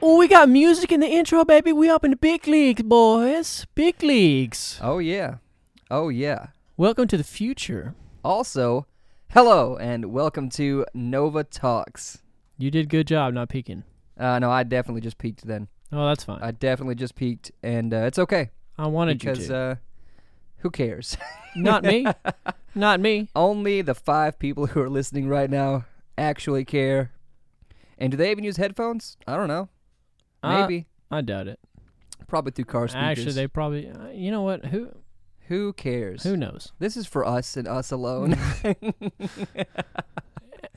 We got music in the intro, baby. We up in the big leagues, boys. Big leagues. Oh yeah. Oh yeah. Welcome to the future. Also, hello and welcome to Nova Talks. You did good job not peeking. Uh, no, I definitely just peaked then. Oh, that's fine. I, I definitely just peaked, and uh, it's okay wanted you because to. uh, who cares? not me. Not me. Only the five people who are listening right now actually care. And do they even use headphones? I don't know. Uh, Maybe. I doubt it. Probably through car speakers. Actually, they probably. Uh, you know what? Who who cares? who knows? This is for us and us alone.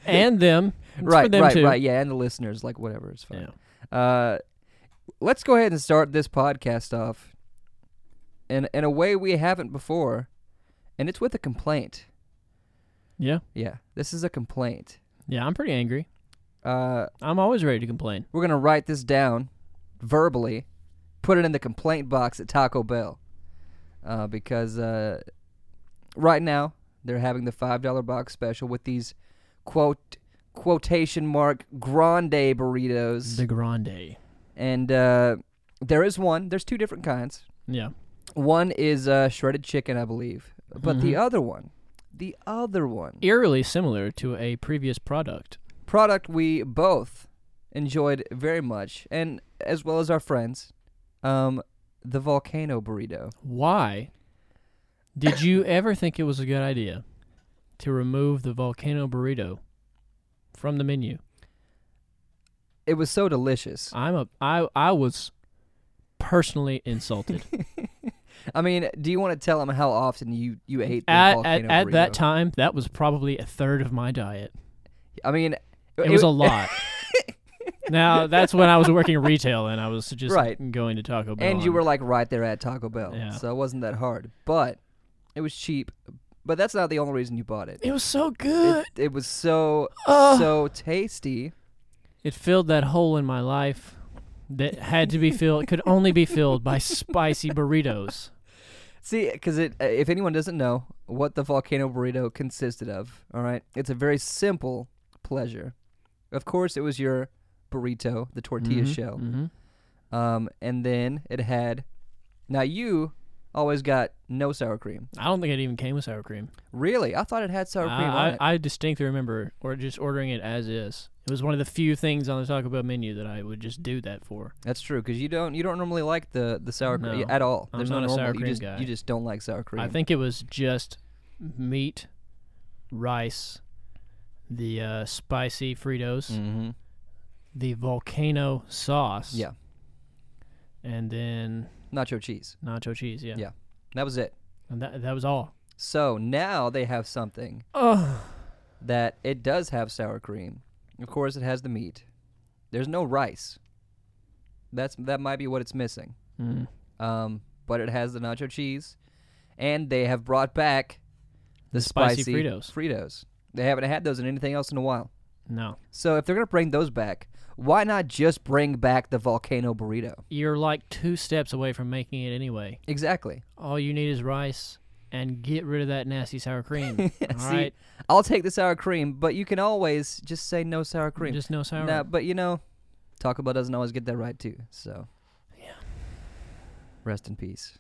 And them. It's for right, them right, too. right. Yeah, and the listeners, like whatever, it's fine. Yeah. Uh, let's go ahead and start this podcast off in in a way we haven't before, and it's with a complaint. Yeah. Yeah, this is a complaint. Yeah. I'm pretty angry. Uh, I'm always ready to complain. we're gonna write this down verbally, put it in the complaint box at Taco Bell, uh, because uh, right now they're having the five dollar box special with these quote quotation mark grande burritos. The grande. and uh, there is one. There's two different kinds. Yeah. One is uh, shredded chicken, I believe, but the Mhm. other one, the other one Eerily similar to a previous product. product we both enjoyed very much, and as well as our friends, um, the volcano burrito. Why did you ever think it was a good idea to remove the volcano burrito from the menu? It was so delicious. I'm a I I was personally insulted. I mean, do you want to tell them how often you you ate the at at, volcano burrito? at that time, that was probably a third of my diet. I mean, It, was a lot. now that's when I was working retail and I was just Right. going to Taco Bell. and you and- were like right there at Taco Bell, Yeah. so it wasn't that hard. But it was cheap. But that's not the only reason you bought it. It was so good. It, it was so Ugh. so tasty. It filled that hole in my life that had to be filled. Could only be filled by spicy burritos. See, because it, uh, if anyone doesn't know what the volcano burrito consisted of, all right, it's a very simple pleasure. Of course, it was your burrito, the tortilla Mhm, shell, mhm. um, and then it had. Now you always got no sour cream. I don't think it even came with sour cream. Really, I thought it had sour cream on I, it. I, I distinctly remember or just ordering it as is. It was one of the few things on the Taco Bell menu that I would just do that for. That's true, because you don't you don't normally like the the sour cream No, at all. I'm There's not no a normal. sour you cream just guy. you just don't like sour cream. I think it was just meat, rice, the uh, spicy Fritos, Mm-hmm. the volcano sauce, Yeah, and then nacho cheese. nacho cheese. Yeah, Yeah. That was it. and that that was all. So now they have something Oh, that it does have sour cream. Of course, it has the meat. There's no rice. That's that might be what it's missing. mm. Um, but it has the nacho cheese, and they have brought back the, spicy Fritos. Fritos. They haven't had those in anything else in a while. no, So if they're gonna bring those back, why not just bring back the volcano burrito? you're like two steps away from making it anyway. Exactly. All you need is rice and get rid of that nasty sour cream. All See, right, I'll take the sour cream, but you can always just say no sour cream. just no sour. Nah, but you know, Taco Bell doesn't always get that right too. So, Yeah. Rest in peace.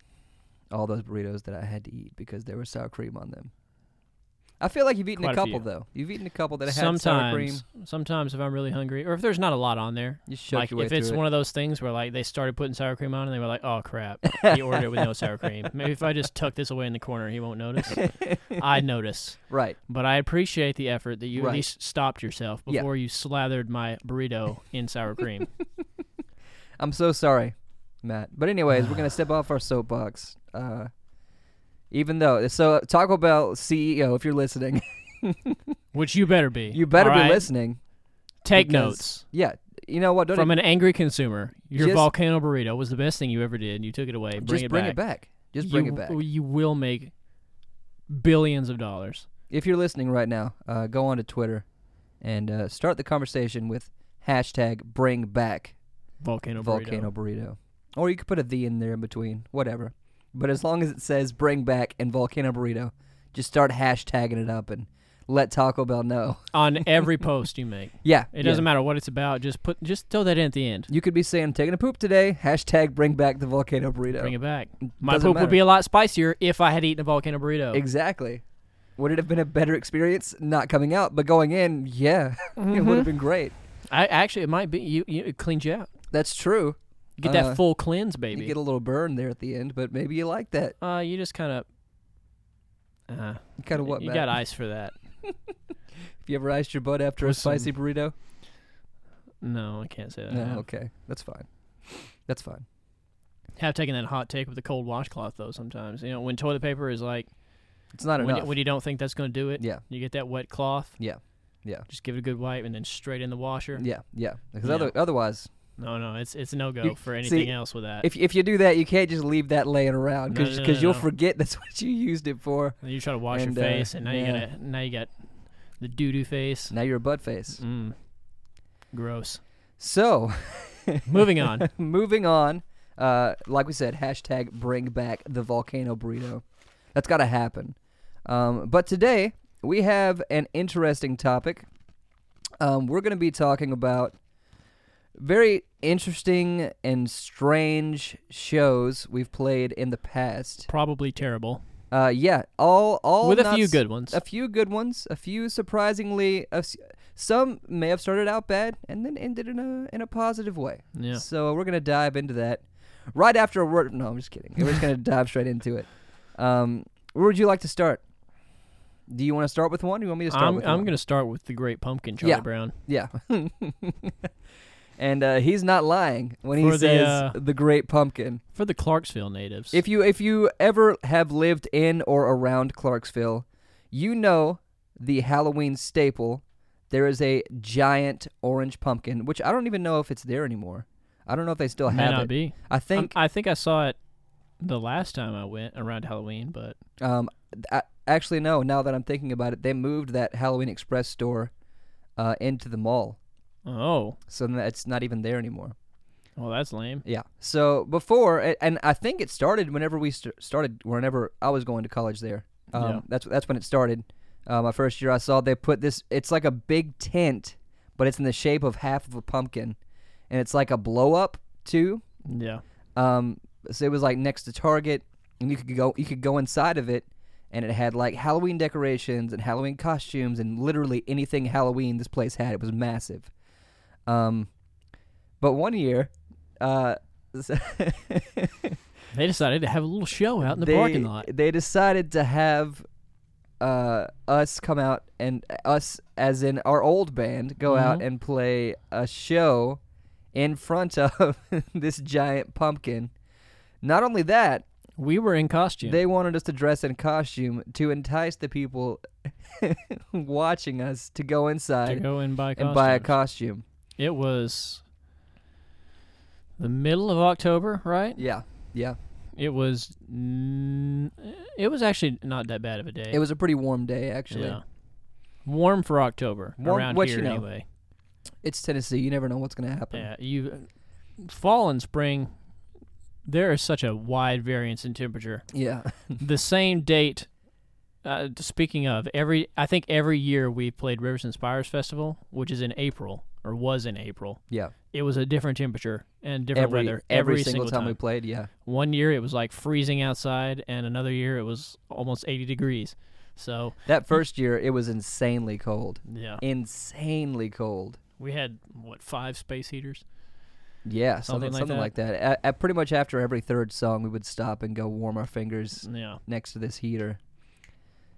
All those burritos that I had to eat because there was sour cream on them. I feel like you've eaten Quite a a couple few. though. You've eaten a couple that had sometimes, sour cream. sometimes if I'm really hungry, or if there's not a lot on there, You shook like your way if it's through one of those things where like they started putting sour cream on and they were like, "Oh crap, he ordered it with no sour cream." Maybe if I just tuck this away in the corner, he won't notice. I notice, it. Right. but I appreciate the effort that you Right. at least stopped yourself Yeah. before you slathered my burrito in sour cream. I'm so sorry, Matt. But anyways, we're gonna step off our soapbox. Uh, even though, so uh, Taco Bell CEO, if you're listening, Which you better be. you better all be right? listening. Take because- notes Yeah. You know what? Don't from an angry consumer. Your Just- volcano burrito was the best thing you ever did. You took it away. Bring e just it bring back. it back. Just bring you, it back. You will make billions of dollars. if you're listening right now, uh, go on to Twitter and uh, start the conversation with hashtag bring back Volcano, burrito. volcano burrito. Or you could put a the in there in between, whatever. But as long as it says bring back and volcano burrito, just start hashtagging it up and let Taco Bell know. on every post you make. Yeah, It yeah. doesn't matter what it's about. Just put, just throw that in at the end. You could be saying, "I'm taking a poop today." Hashtag bring back the volcano burrito. Bring it back. My Doesn't poop matter. would be a lot spicier if I had eaten a volcano burrito. Exactly. Would it have been a better experience not coming out, but going in? Yeah, it Mm-hmm. would have been great. I actually, it might be you. you it cleans you out. That's true. You get Uh, that full cleanse, baby. You get a little burn there at the end, but maybe you like that. uh, you just kind of. Uh, Kind of what? you Matt? got ice for that? Have you ever iced your butt after a With some- spicy burrito? No, I can't say that. I No. have. Okay, that's fine. That's fine. Have taken that hot take with a cold washcloth though. Sometimes you know when toilet paper is like It's not when, enough. when you don't think that's going to do it. yeah, You get that wet cloth. Yeah. Yeah. Just give it a good wipe and then straight in the washer. yeah, yeah. Because Yeah. other, otherwise, No, no, it's it's no go You- for see, anything else with that. if if you do that, you can't just leave that laying around Uh, No, because no, no, you'll no. forget that's what you used it for. And you try to wash and, uh, your face, and now you yeah. got to now you got the doo doo face. Now you're a butt face. Mm. Gross. So. Moving on. Moving on, uh, like we said, hashtag bring back the volcano burrito. That's got to happen. Um, but today, we have an interesting topic. Um, we're going to be talking about very interesting and strange shows we've played in the past. Probably terrible. Uh, yeah, all all With a not few s- good ones. a few good ones, a few surprisingly, a s- some may have started out bad and then ended in a in a positive way. yeah. So we're gonna dive into that right after a word. No, I'm just kidding. We're just gonna dive straight into it. Um, where would you like to start? Do you want to start with one? Do you want me to start I'm, with I'm one? going to start with the Great Pumpkin, Charlie Yeah. Brown. Yeah. and uh, he's not lying when he For the, says uh, the Great Pumpkin. For the Clarksville natives. If you if you ever have lived in or around Clarksville, you know the Halloween staple. There is a giant orange pumpkin, which I don't even know if it's there anymore. I don't know if they still May have not it. be. I I'm- think I think I saw it the last time I went around Halloween, but Um, th- I, actually, no. Now that I'm thinking about it, they moved that Halloween Express store uh, into the mall, oh, so that it's not even there anymore. well, that's lame. Yeah. So before, a- and I think it started whenever we st- started. Whenever I was going to college there, um, Yeah. that's that's when it started. Uh, my first year, I saw they put this. It's like a big tent, but it's in the shape of half of a pumpkin, and it's like a blow up too. Yeah. Um, so it was like next to Target, and you could go you could go inside of it, and it had like Halloween decorations and Halloween costumes and literally anything Halloween this place had. It was massive. Um, but one year, uh, They decided to have a little show out in the they, parking lot. They decided to have uh, us come out and uh, us, as in our old band, go out Mhm. and play a show in front of this giant pumpkin. Not only that, We were in costume. they wanted us to dress in costume to entice the people watching us to go to inside go and buy and buy a costumes. costume. It was the middle of October, right? Yeah, yeah. It was. N- it was actually not that bad of a day. It was a pretty warm day, actually. Yeah. Warm for October Warm- around what here you know. anyway. It's Tennessee. You never know what's going to happen. Yeah, you fall and spring. There is such a wide variance in temperature. Yeah. the same date. Uh, speaking of every, I think every year we played Rivers and Spires Festival, which is in April or was in April. Yeah. It was a different temperature and different every, weather every, single, time, we time. played, yeah. One year it was like freezing outside, and another year it was almost 80 degrees. So That first year, it was insanely cold. yeah, Insanely cold. we had what five space heaters? Yeah, something, Something like something that. like that. At, at pretty much after every third song, we would stop and go warm our fingers Yeah, next to this heater.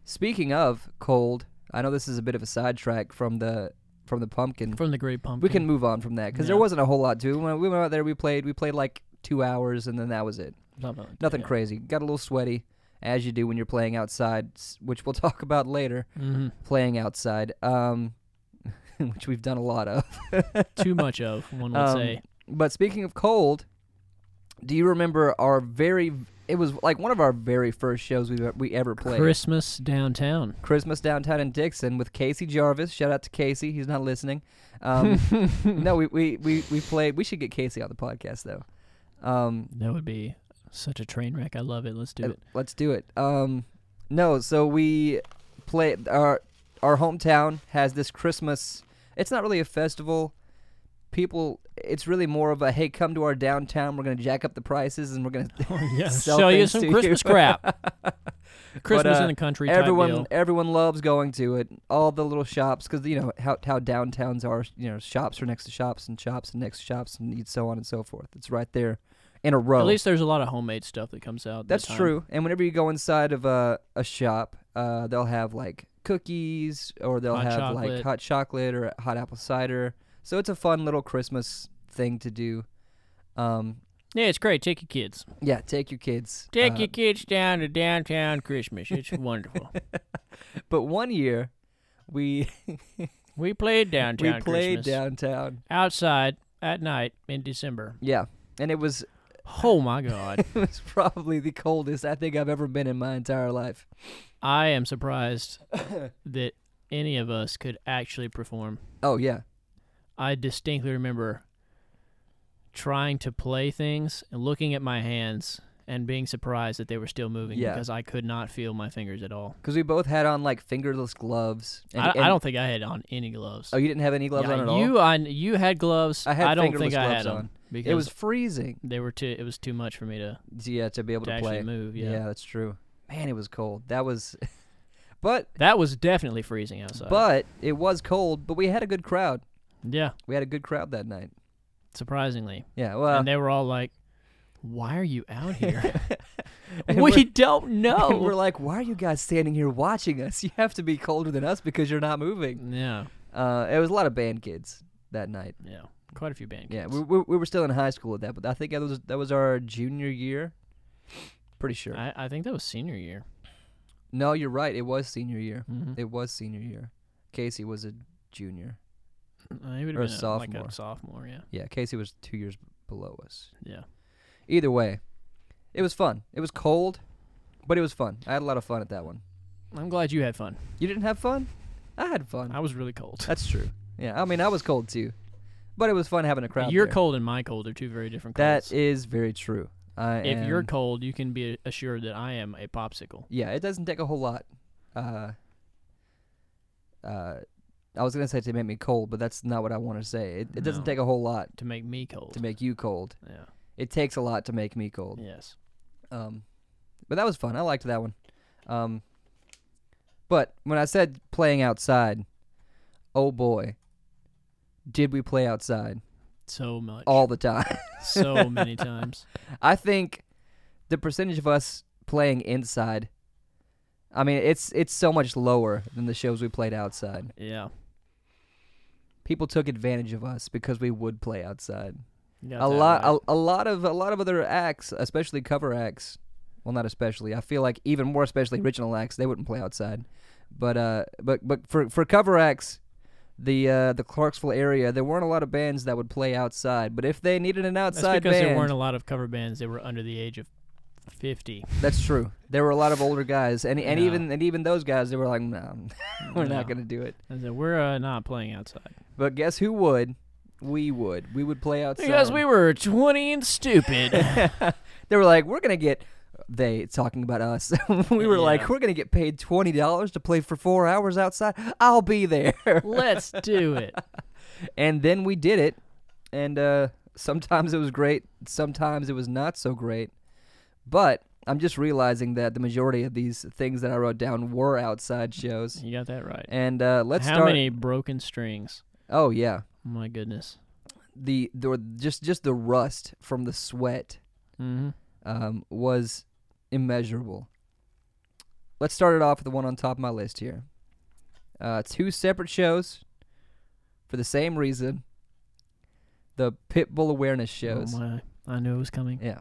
Speaking of cold, I know this is a bit of a sidetrack from the from the pumpkin. from the Great Pumpkin. We can move on from that because there Yeah. wasn't a whole lot to. it. When we went out there, we played. We played like two hours, and then that was it. Something like Nothing crazy. Got a little sweaty, as you do when you're playing outside, s- which we'll talk about later. hmm Playing outside, um, which we've done a lot of. Too much of one would Um, say. But speaking of cold, do you remember our very? It was like one of our very first shows we we ever played. Christmas downtown. Christmas downtown in Dixon with Casey Jarvis. Shout out to Casey. He's not listening. Um, no, we, we, we, we played. We should get Casey on the podcast though. Um, That would be such a train wreck. I love it. Let's do uh, it. Let's do it. Um, no, so we play our our hometown has this Christmas. It's not really a festival. People, it's really more of a hey, come to our downtown. We're gonna jack up the prices and we're gonna yeah, Sell sell you things some to you. Christmas crap. Christmas uh, in the country. type everyone deal. everyone loves going to it. All the little shops, because you know how how downtowns are. You know, shops are next to shops and shops and next to shops and so on and so forth. It's right there in a row. At least there's a lot of homemade stuff that comes out. That's that time. true. And whenever you go inside of a, a shop, uh, they'll have like cookies or they'll Hot have like chocolate. hot chocolate or hot apple cider. So it's a fun little Christmas thing to do. Um, Yeah, it's great. Take your kids. yeah, take your kids. Take uh, your kids down to downtown Christmas. It's wonderful. But one year, we We played we downtown played Christmas downtown. outside at night in December. Yeah, and it was Oh my God! it was probably the coldest I think I've ever been in my entire life. I am surprised that any of us could actually perform. Oh yeah, I distinctly remember trying to play things and looking at my hands and being surprised that they were still moving Yeah. because I could not feel my fingers at all. because we both had on like fingerless gloves. and- I, I and- don't think I had on any gloves. Oh, you didn't have any gloves Yeah, on at all. you, I, you had gloves. I had don't think fingerless I gloves had them on. because It was freezing. they were too. It was too much for me to, Yeah, to be able to to, actually play. move. Yeah. Yeah. that's true. Man, it was cold. That was, but that was definitely freezing outside. but it was cold. But we had a good crowd. yeah, We had a good crowd that night. surprisingly, Yeah, well, and they were all like, "Why are you out here? and we we're- don't and we're know." like, why are you guys standing here watching us? You have to be colder than us because you're not moving. yeah, Uh, it was a lot of band kids that night. yeah, quite a few band. Yeah, kids. we, we, we were still in high school at that, but I think that was that was our junior year. Pretty sure. I, I think that was senior year. no, you're right. It was senior year. Mm-hmm. It was senior year. Casey was a junior. it would have or Uh, been a, like sophomore. a sophomore. Yeah, Yeah, Casey was two years below us. yeah. Either way, it was fun. It was cold, but it was fun. I had a lot of fun at that one. I'm glad you had fun. You didn't have fun? I had fun. I was really cold. That's true. Yeah, I mean, I was cold too, but it was fun having a crowd. Your there. cold and my cold are two very different colds. That is very true. I if you're am- cold, you can be assured that I am a popsicle. yeah, it doesn't take a whole lot. Uh, uh, I was gonna say to make me cold, but that's not what I want to say. It, it doesn't No. take a whole lot to make me cold. to make you cold. yeah. It takes a lot to make me cold. Yes. Um, but that was fun. I liked that one. Um, but when I said playing outside, oh boy, did we play outside So much. all the time? so many times. I think the percentage of us playing inside, I mean, it's it's so much lower than the shows we played outside. Yeah. People took advantage of us because we would play outside. You got a that lot right. a, a lot of a lot of other acts especially cover acts well not especially i feel like even more especially original acts they wouldn't play outside but uh but but for for cover acts the uh the clarksville area there weren't a lot of bands that would play outside but if they needed an That's outside because there band weren't a lot of cover bands that were under the age of 50. that's true there were a lot of older guys and and Yeah. even and even those guys they were like nah, we're No. not gonna do it I said, we're uh, not playing outside. but guess who would we would we would play outside Because we were 20 and stupid. they were like, we're gonna get. They talking about us. we were like, Yeah. we're gonna get paid twenty dollars to play for four hours outside. I'll be there. Let's do it. and then we did it. And uh, sometimes it was great. Sometimes it was not so great. But I'm just realizing that the majority of these things that I wrote down were outside shows. You got that right. And uh, let's How start. many broken strings? Oh yeah, My goodness. the the just just the rust from the sweat Mm-hmm. um, was immeasurable. Let's start it off with the one on top of my list here. Uh, two separate shows for the same reason. The Pitbull awareness shows. Oh my. I knew it was coming. yeah.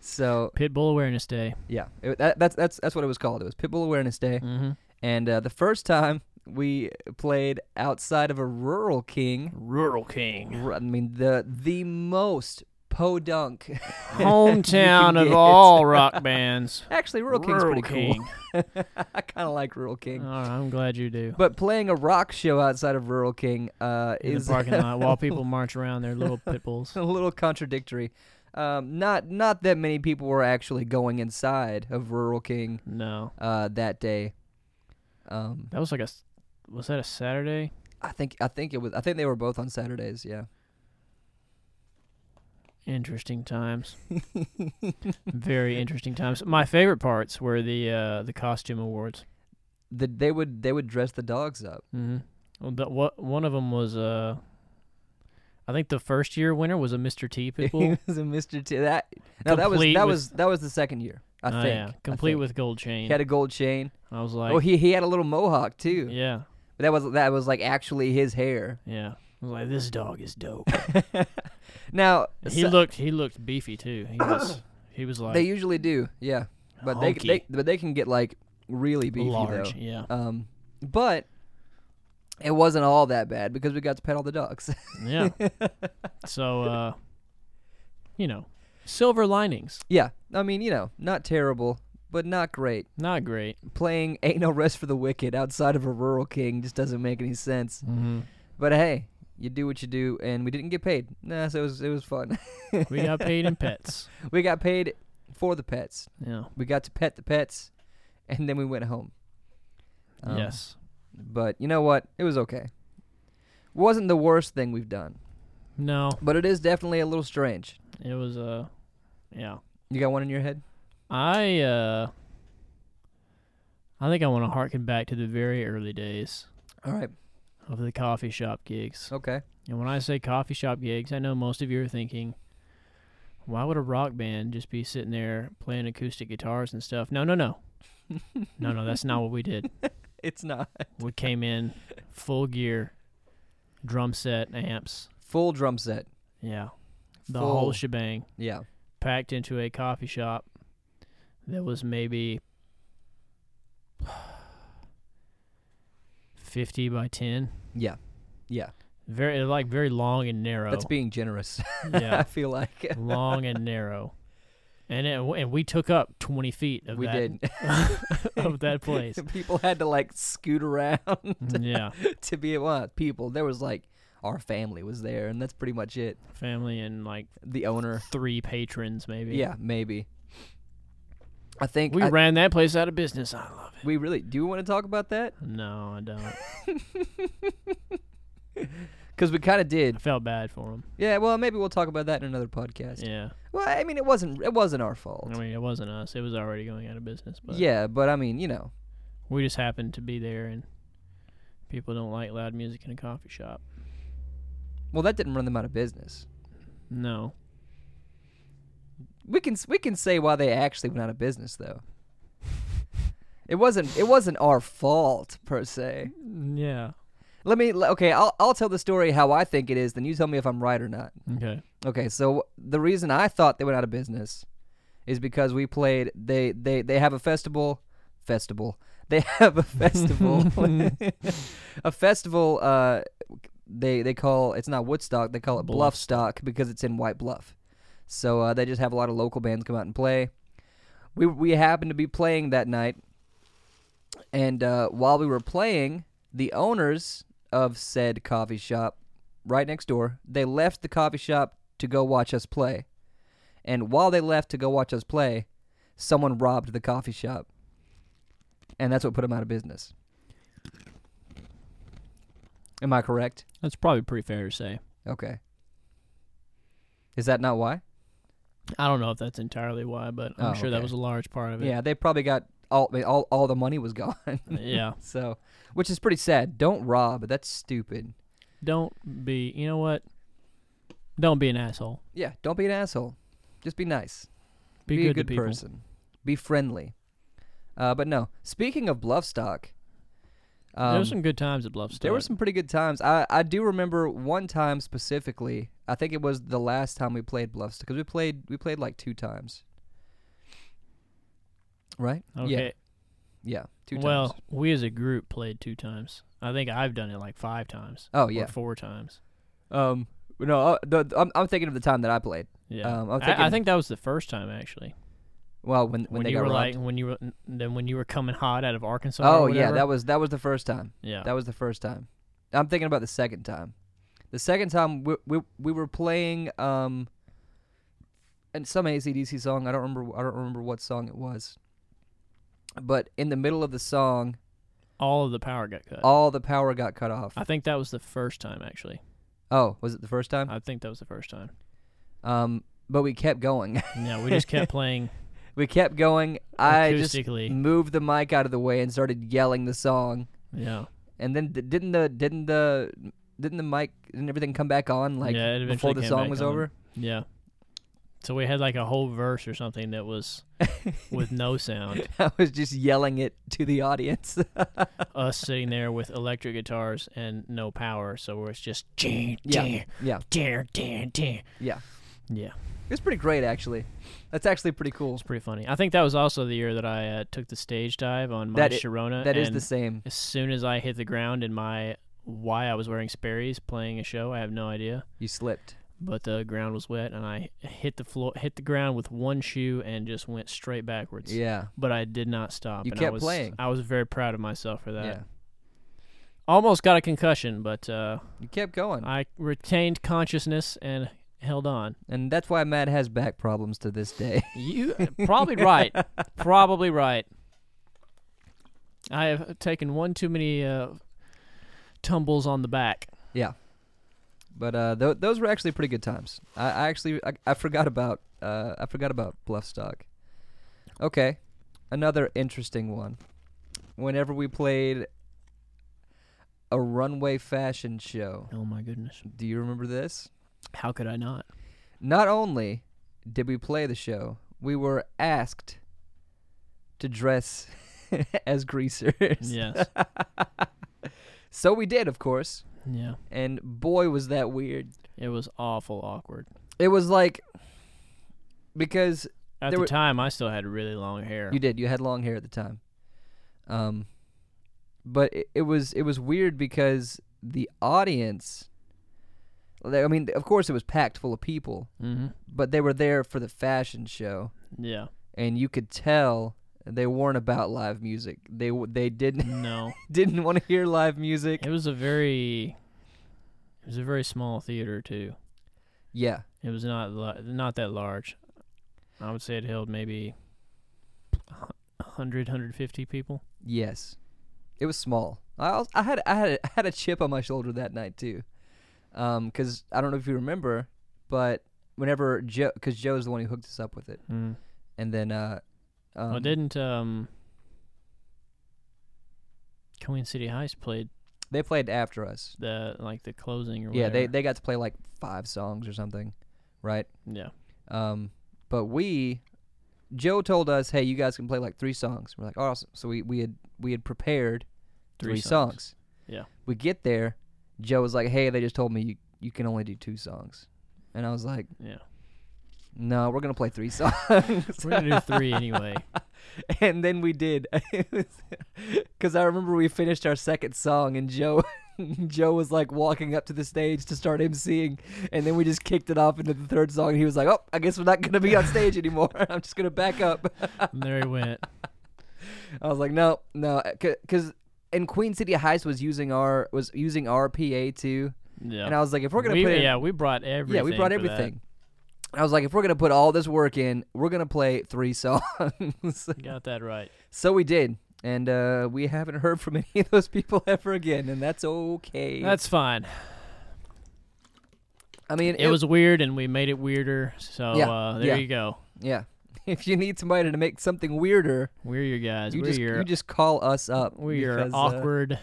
So Pitbull Awareness Day. yeah, it, that, that's that's that's what it was called. It was Pitbull Awareness Day, Mm-hmm. and uh, the first time we played outside of a rural king. Rural King. r- I mean the the most podunk. Hometown of get. all rock bands. Actually, rural king's Rural pretty King. cool. I kind of like rural king. Oh, I'm glad you do. But playing a rock show outside of Rural King uh, In the is parking lot while people march around their little pit bulls. a little contradictory. Um, not not that many people were actually going inside of Rural King No. uh, that day. Um, That was like a s- was that a Saturday? I think I think it was I think they were both on Saturdays. Yeah. Interesting times. Very interesting times. My favorite parts were the uh, the costume awards. The, they would they would dress the dogs up. Mm-hmm. Well, the, what one of them was uh, I think the first year winner was a Mr. T he pitbull. was a Mr. T. That no, that was Complete that with- was that was the second year. I Oh, think. yeah, I complete think. with gold chain. He had a gold chain. I was like, oh, he he had a little mohawk too. yeah, But that was that was like actually his hair. yeah. I was like, this dog is dope. Now he so- looked he looked beefy too. He was he was like they usually do, yeah. But they, c- honky, they but they can get like really beefy large, though. yeah, Um, but it wasn't all that bad because we got to pet all the ducks. yeah. so, uh, you know, silver linings, yeah, I mean you know not terrible, but not great. not great. Playing ain't no rest for the wicked outside of a rural king just doesn't make any sense. Mm-hmm. But hey, you do what you do, and we didn't get paid. Nah, so it was it was fun. We got paid in pets. we got paid for the pets. Yeah. We got to pet the pets, and then we went home. Um, yes. But you know what? It was okay. Wasn't the worst thing we've done, No. but it is definitely a little strange. It was uh, yeah. You got one in your head? I uh, I think I want to harken back to the very early days All right. of the coffee shop gigs. Okay. And when I say coffee shop gigs, I know most of you are thinking, why would a rock band just be sitting there playing acoustic guitars and stuff? No, no, no. no, no, that's not what we did. It's not We came in full gear, drum set, amps. full drum set. Yeah. The full. whole shebang yeah. packed into a coffee shop that was maybe 50 by 10. Yeah. Yeah. Very like very long and narrow. That's being generous. I yeah. feel like long and narrow, and it, and we took up twenty feet of we that did. of that place. People had to like scoot around. yeah, to be well, people. There was like our family was there, and that's pretty much it. family and like The owner, three patrons maybe. yeah, maybe. I think we I- ran that place out of business. I love it. we really do. We want to talk about that No, I don't. because we kind of I did. felt bad for him. Yeah, well, maybe we'll talk about that in another podcast. Yeah, Well, I mean, it wasn't it wasn't our fault. I mean it wasn't us. It was already going out of business, but yeah, but I mean, you know, we just happened to be there, and people don't like loud music in a coffee shop. well, that didn't run them out of business. No, We can s- we can say why they actually went out of business though. It wasn't it wasn't our fault per se. yeah, Let me okay, I'll I'll tell the story how I think it is, then you tell me if I'm right or not. okay, Okay, so the reason I thought they went out of business is because we played. They they they have a festival, festival. They have a festival, a festival. Uh, they they call it's not Woodstock. They call it Bluffstock because it's in White Bluff. So uh, they just have a lot of local bands come out and play. We we happened to be playing that night, and uh, while we were playing, the owners of said coffee shop right next door. They left the coffee shop to go watch us play. And while they left to go watch us play, someone robbed the coffee shop. And that's what put them out of business. Am I correct? that's probably pretty fair to say. Okay. Is that not why? I don't know if that's entirely why, but I'm Oh, sure that okay. was a large part of it. Yeah, they probably got all I mean, all all the money was gone. yeah. so, which is pretty sad. Don't rob. That's stupid. Don't be. You know what? Don't be an asshole. Yeah, don't be an asshole. Just be nice. Be, a good, good to people. person. Be friendly. Uh, but no, speaking of Bluffstock, um, there were some good times at Bluffstock. there were some pretty good times. I, I do remember one time specifically. I think it was the last time we played Bluffstock because we played we played like two times. Right? Yeah. Okay. Yeah. Two well, times. we as a group played two times. I think I've done it like five times. Oh or yeah. four times. Um. No, uh, the, the- I'm, I'm thinking of the time that I played. Yeah. Um, I'm I- I, thinking- think that was the first time actually. Well, when when, When, they you got were robbed. like when you were then when you were coming hot out of Arkansas. or oh yeah, whatever. that was that was the first time. yeah. That was the first time. I'm thinking about the second time. The second time we we, we were playing um and some ACDC song. I don't remember I don't remember what song it was. But in the middle of the song, all of the power got cut. All the power got cut off. Uh, I think that was the first time actually. Oh, was it the first time? I think that was the first time. Uh, Um, but we kept going. Yeah, we just kept playing we kept going. I just acoustically. moved the mic out of the way and started yelling the song. yeah. And then d- didn't the didn't the didn't the mic didn't everything come back on like Yeah, it before eventually the came song back was on. over? Yeah. So we had like a whole verse or something that was with no sound. I was just yelling it to the audience. Us sitting there with electric guitars and no power, so where it's just ding, yeah, ding, yeah, ding, ding, ding. yeah. Yeah, It's pretty great actually. That's actually pretty cool. it's pretty funny. I think that was also the year that I uh, took the stage dive on my That i- Sharona. That is and the same. As soon as I hit the ground in my why I was wearing Sperry's playing a show, I have no idea. You slipped. But the ground was wet, and I hit the floor, hit the ground with one shoe, and just went straight backwards. Yeah. but I did not stop. You and I kept was, playing. I was very proud of myself for that. Yeah. Almost got a concussion, but uh, You kept going. I retained consciousness and held on. And that's why Matt has back problems to this day. You uh, probably right. Probably right. I have taken one too many uh, tumbles on the back. But uh, th- those were actually pretty good times. I, I actually I, I forgot about uh, I forgot about Bluffstock. Okay, another interesting one. Whenever we played a runway fashion show, Oh my goodness! do you remember this? How could I not? Not only did we play the show, we were asked to dress as greasers. Yes. So we did, of course. yeah. And boy, was that weird. It was awful awkward. It was like because At the There were- time, I still had really long hair. You did. You had long hair at the time. Um, but it, it was it was weird because the audience. they- I mean, of course, it was packed full of people, mm-hmm. but they were there for the fashion show, Yeah. and you could tell they weren't about live music. They w- they didn't No. didn't want to hear live music. It was a very, it was a very small theater too. Yeah, It was not la- not that large. I would say it held maybe 100, 150 people. yes, it was small. I als- I had I had a, I had a chip on my shoulder that night too, because I don't know if you remember, but whenever Joe, because Joe's the one who hooked us up with it. Mm. and then uh um, well, didn't um, Queen City Heist played they played after us the like the closing or yeah whatever? they, they got to play like five songs or something right yeah. um but we joe told us hey you guys can play like three songs we're like oh so we, we had we had prepared three, Three songs. songs. Yeah. we get there joe was like hey they just told me you, you can only do two songs and i was like Yeah, no we're gonna play three songs we're gonna do three anyway. and then we did because i remember we finished our second song and joe joe was like walking up to the stage to start emceeing and then we just kicked it off into the third song and he was like oh i guess we're not gonna be on stage anymore i'm just gonna back up And there he went. i was like no no uh, because and queen city heist was using our was using our pa too Yeah, and i was like if we're gonna we, put in, yeah we brought everything. yeah we brought for that. everything i was like if we're gonna put all this work in we're gonna play three songs You Got that right. So we did. And uh, we haven't heard from any of those people ever again, and that's okay. That's fine. I mean, It, was weird, and we made it weirder. So Yeah, uh, there yeah. you go. yeah. If you need somebody to make something weirder, We're your guys. you we're just your you just call us up. we're your because, uh, awkward,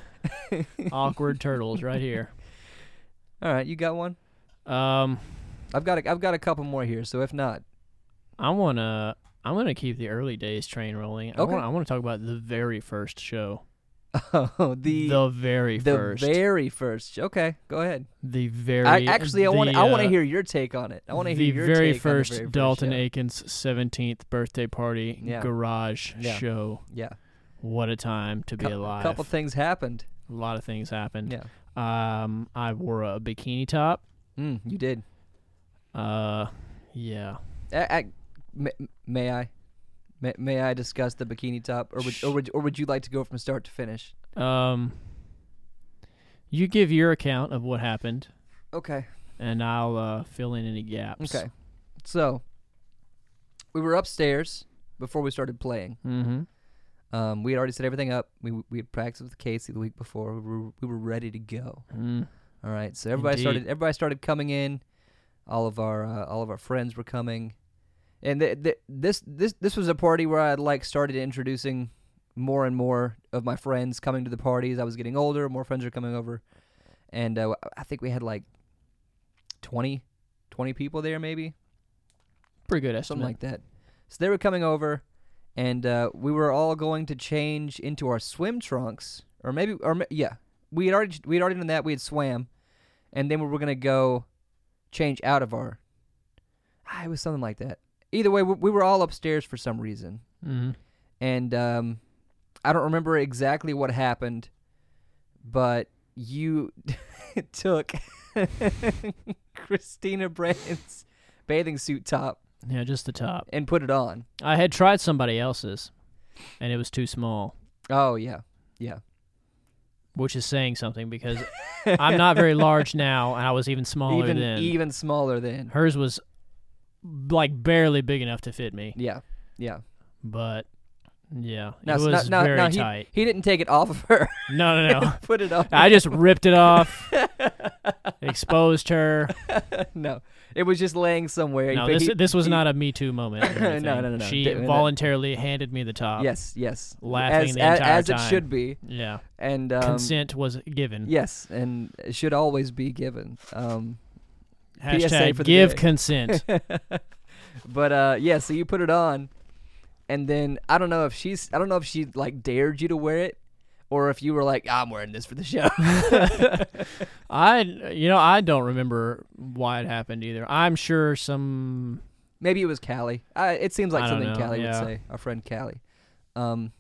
awkward turtles right here. all right, you got one. Um, I've got a, I've got a couple more here. So if not, I wanna I'm gonna keep the early days train rolling. I Okay. wanna I wanna talk about the very first show. oh the the very the first. very first. Okay, go ahead. the very. I actually I want the, I want to uh, hear your take on it. I want to the hear your very take first on the very Dalton show. Aikens seventeenth birthday party Yeah. garage Yeah. show. Yeah, What a time to be Cou- alive! couple things happened. a lot of things happened. Yeah, Um, I wore a bikini top. mm, you did. Uh, yeah. I, I- may, may I? May, may I discuss the bikini top, or would, Sh- or would or would you like to go from start to finish? Um, you give your account of what happened, Okay. and I'll uh, fill in any gaps. Okay. So we were upstairs before we started playing, Mm-hmm. Um, we had already set everything up. We we had practiced with Casey the week before. We were, we were ready to go. Mm. All right. So everybody Indeed. started. Everybody started coming in. All of our uh, all of our friends were coming, and th- th- this this this was a party where I like started introducing more and more of my friends coming to the parties. I was getting older. More friends were coming over, and uh, I think we had like 20, 20 people there, maybe Pretty good estimate. something like that. So they were coming over, and uh, we were all going to change into our swim trunks, or maybe, or ma- yeah, we had already we had already done that. We had swam, and then we were gonna go change out of our. Ah, It was something like that. Either way, we, we were all upstairs for some reason, hmm and um, I don't remember exactly what happened, but you took Christina Brandon's bathing suit top Yeah, just the top. and put it on. I had tried somebody else's, and it was too small, Oh yeah, yeah. which is saying something because I'm not very large now, and I was even smaller even then. even smaller than. Hers was like barely big enough to fit me, Yeah, yeah. but yeah, No, it so was no, no, very no, he- tight. He didn't take it off of her. No, no, no. Put it on. I just ripped it off, exposed her. no, it was just laying somewhere. No, but this he- this was he- not a Me Too moment. or No, anything. no, no, no. She Didn't- voluntarily handed me the top. Yes, yes. laughing as, the as, entire as time. it should be, Yeah. and um, Consent was given. Yes, and it should always be given. Um, PSA Hashtag for the give day. consent. but uh, yeah, so you put it on, and then I don't know if she's I don't know if she like dared you to wear it, or if you were like I'm wearing this for the show. I, you know, I don't remember why it happened either. I'm sure some. Maybe it was Callie. I, it seems like I don't something know, Callie yeah. would say. Our friend Callie. Um,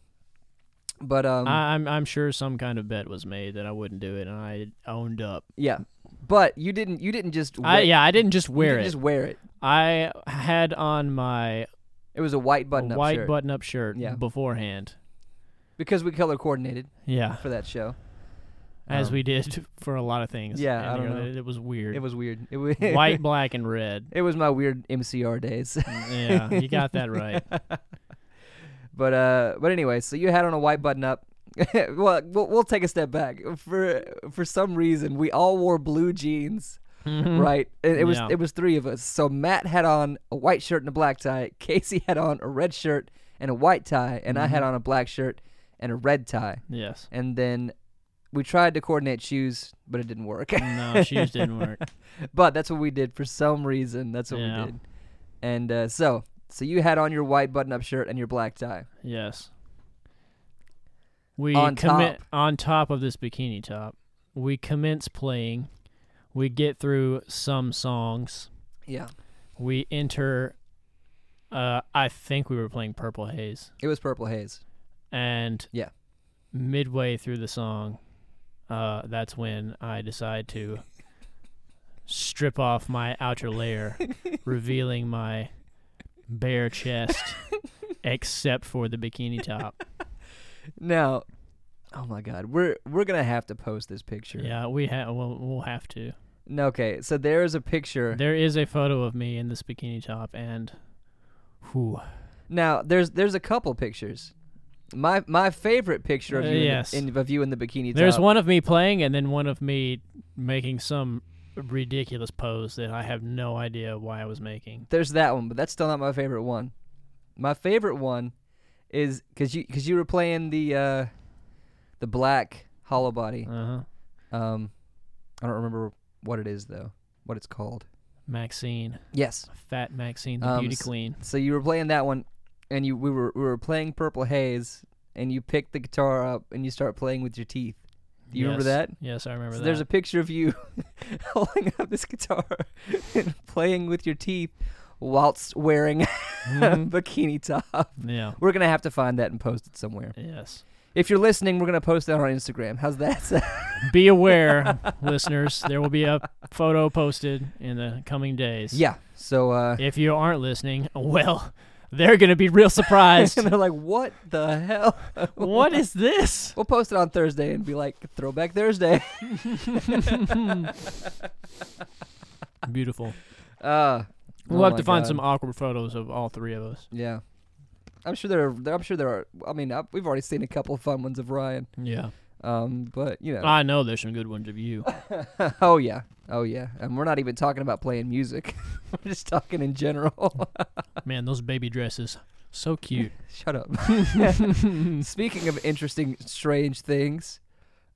but um, I, I'm I'm sure some kind of bet was made that I wouldn't do it, and I owned up. yeah. But you didn't. You didn't just. Wear, I, yeah, I didn't just you wear didn't it. Just wear it. I had on my It was a white button-up white shirt button-up shirt Yeah. beforehand. because we color coordinated Yeah, for that show. as Um, we did for a lot of things. yeah, And, I you don't know. It, it was weird. It was weird. It was white, black, and red. It was my weird MCR days. yeah, you got that right. but uh, but anyway, so you had on a white button-up. well, we'll we'll take a step back. For for some reason, we all wore blue jeans. Mhm. right? It, it was Yeah. it was three of us. So Matt had on a white shirt and a black tie. Casey had on a red shirt and a white tie, and I Mm-hmm. had on a black shirt and a red tie. Yes. And then we tried to coordinate shoes, but it didn't work. No, shoes didn't work. but that's what we did for some reason. That's what Yeah. we did. And uh, so so you had on your white button-up shirt and your black tie. Yes. We On commit top. on top of this bikini top. We commence playing. We get through some songs. Yeah, We enter. Uh, I think we were playing Purple Haze, it was purple haze. and Yeah. midway through the song, uh, that's when I decide to strip off my outer layer, revealing my bare chest, except for the bikini top. Now, oh my God, we're we're gonna have to post this picture. Yeah, we have. We'll, we'll have to. Okay, so there is a picture. There is a photo of me in this bikini top, and whew, Now there's there's a couple pictures. My my favorite picture of Uh, you, in the- yes. in, of you in the bikini there's top. one of me playing, and then one of me making some ridiculous pose that I have no idea why I was making. There's that one, but that's still not my favorite one. My favorite one is because you because you were playing the uh, the black hollow body. Uh huh. Um, I don't remember what it is though. What it's called? Maxine, Yes. fat Maxine, the Um, beauty s- queen. So you were playing that one, and you we were we were playing Purple Haze, and you picked the guitar up and you start playing with your teeth. Do you remember Yes. that? Yes, I remember So that. there's a picture of you holding up this guitar and playing with your teeth whilst wearing a Mhm. bikini top. yeah. We're gonna have to find that and post it somewhere. Yes. If you're listening, we're gonna post that on our Instagram. How's that? sound? Be aware, listeners. There will be a photo posted in the coming days. yeah. So uh, If you aren't listening, well, they're gonna be real surprised. and they're like, "What the hell? what is this? We'll post it on Thursday and be like, "Throwback Thursday." Beautiful. Uh, We'll oh have my to find God. Uh, Oh some awkward photos of all three of us. Yeah. I'm sure there. Are, there- I'm sure there are. I mean, I, we've already seen a couple of fun ones of Ryan. Yeah. Um, but you know. I know there's some good ones of you. oh yeah. Oh yeah. And we're not even talking about playing music. we're just talking in general. Man, those baby dresses. So cute. Shut up. Speaking of interesting, strange things,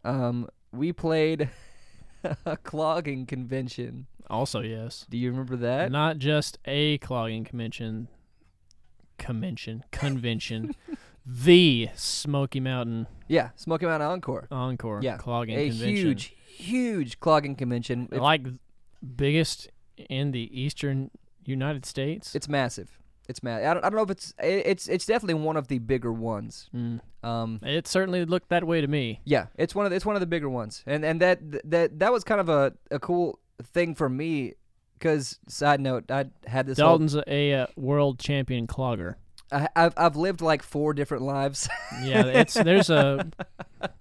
um, we played a clogging convention. Also, yes. Do you remember that? Not just a clogging convention, convention, convention, the Smoky Mountain Yeah, Smoky Mountain Encore. Encore Yeah, clogging a convention. huge, huge clogging convention. It's, like biggest in the eastern United States. it's massive. It's ma I don't, I don't know if it's it- it's it's definitely one of the bigger ones. Mm. Um, It certainly looked that way to me. Yeah, it's one of the, it's one of the bigger ones, and and that that that was kind of a, a cool thing for me, because side note, I had this. whole- Dalton's a uh, world champion clogger. I, I've I've lived like four different lives. Yeah, it's there's a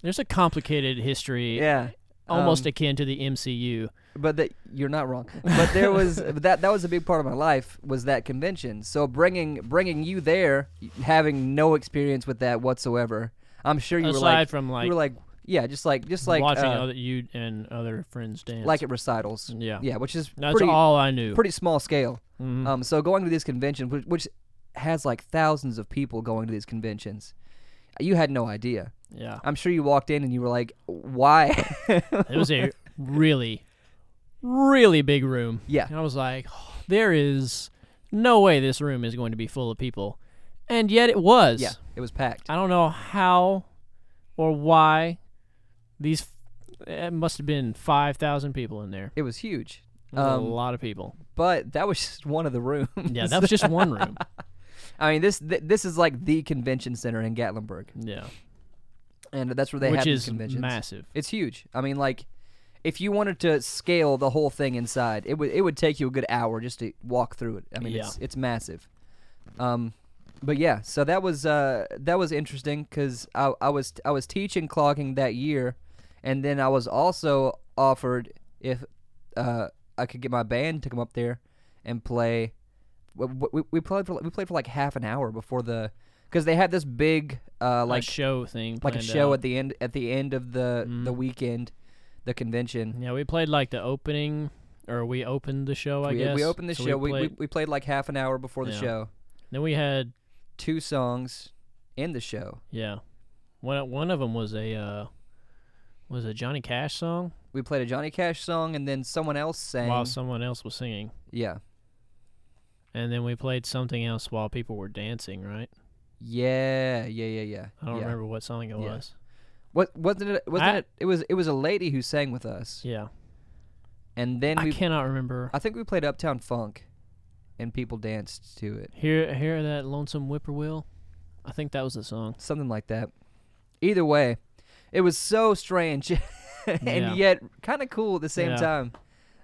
there's a complicated history, yeah, almost um, akin to the MCU. but that you're not wrong. But there was but that that was a big part of my life was that convention. So bringing bringing you there, having no experience with that whatsoever. I'm sure you Aside were like from you like, were like yeah, just like just like watching uh, other, you and other friends dance, like at recitals. yeah, Yeah, which is that's pretty all I knew. pretty small scale. Mhm. Um, so going to these conventions, which, which has like thousands of people going to these conventions, you had no idea. yeah, I'm sure you walked in and you were like, "Why?" it was a really, really big room. yeah, And I was like, "Oh, there is no way this room is going to be full of people, and yet it was. yeah, it was packed. I don't know how or why these. f- It must have been five thousand people in there. It was huge. It was Um, a lot of people. But that was just one of the rooms. Yeah, that was just one room. I mean, this th- this is like the convention center in Gatlinburg, Yeah, and that's where they have which these is conventions. massive. It's huge. I mean, like. If you wanted to scale the whole thing inside, it would it would take you a good hour just to walk through it. I mean, Yeah. it's it's massive. Um, but yeah, so that was uh that was interesting because I I was I was teaching clogging that year, and then I was also offered if uh I could get my band to come up there and play. We, we, we played for we played for like half an hour before the because they had this big uh Like like show thing. like a planned show out. at the end at the end of the the mm-hmm. weekend, the convention. yeah, we played like the opening, or we opened the show. I we, guess we opened the So show. We, we, played- we played like half an hour before the Yeah. show. then we had Two songs in the show. yeah, one one of them was a uh, was a Johnny Cash song We played a Johnny Cash song and then someone else sang. while someone else was singing, yeah. and then we played something else while people were dancing. Right? Yeah, yeah, yeah, yeah. I don't yeah. remember what song it Yeah. was. What wasn't it wasn't I- it it was it was a lady who sang with us. Yeah, And then I we cannot remember. I think we played Uptown Funk and people danced to it. Hear hear that lonesome whippoorwill? I think that was the song. Something like that. Either way, it was so strange and Yeah. yet kind of cool at the same Yeah. time.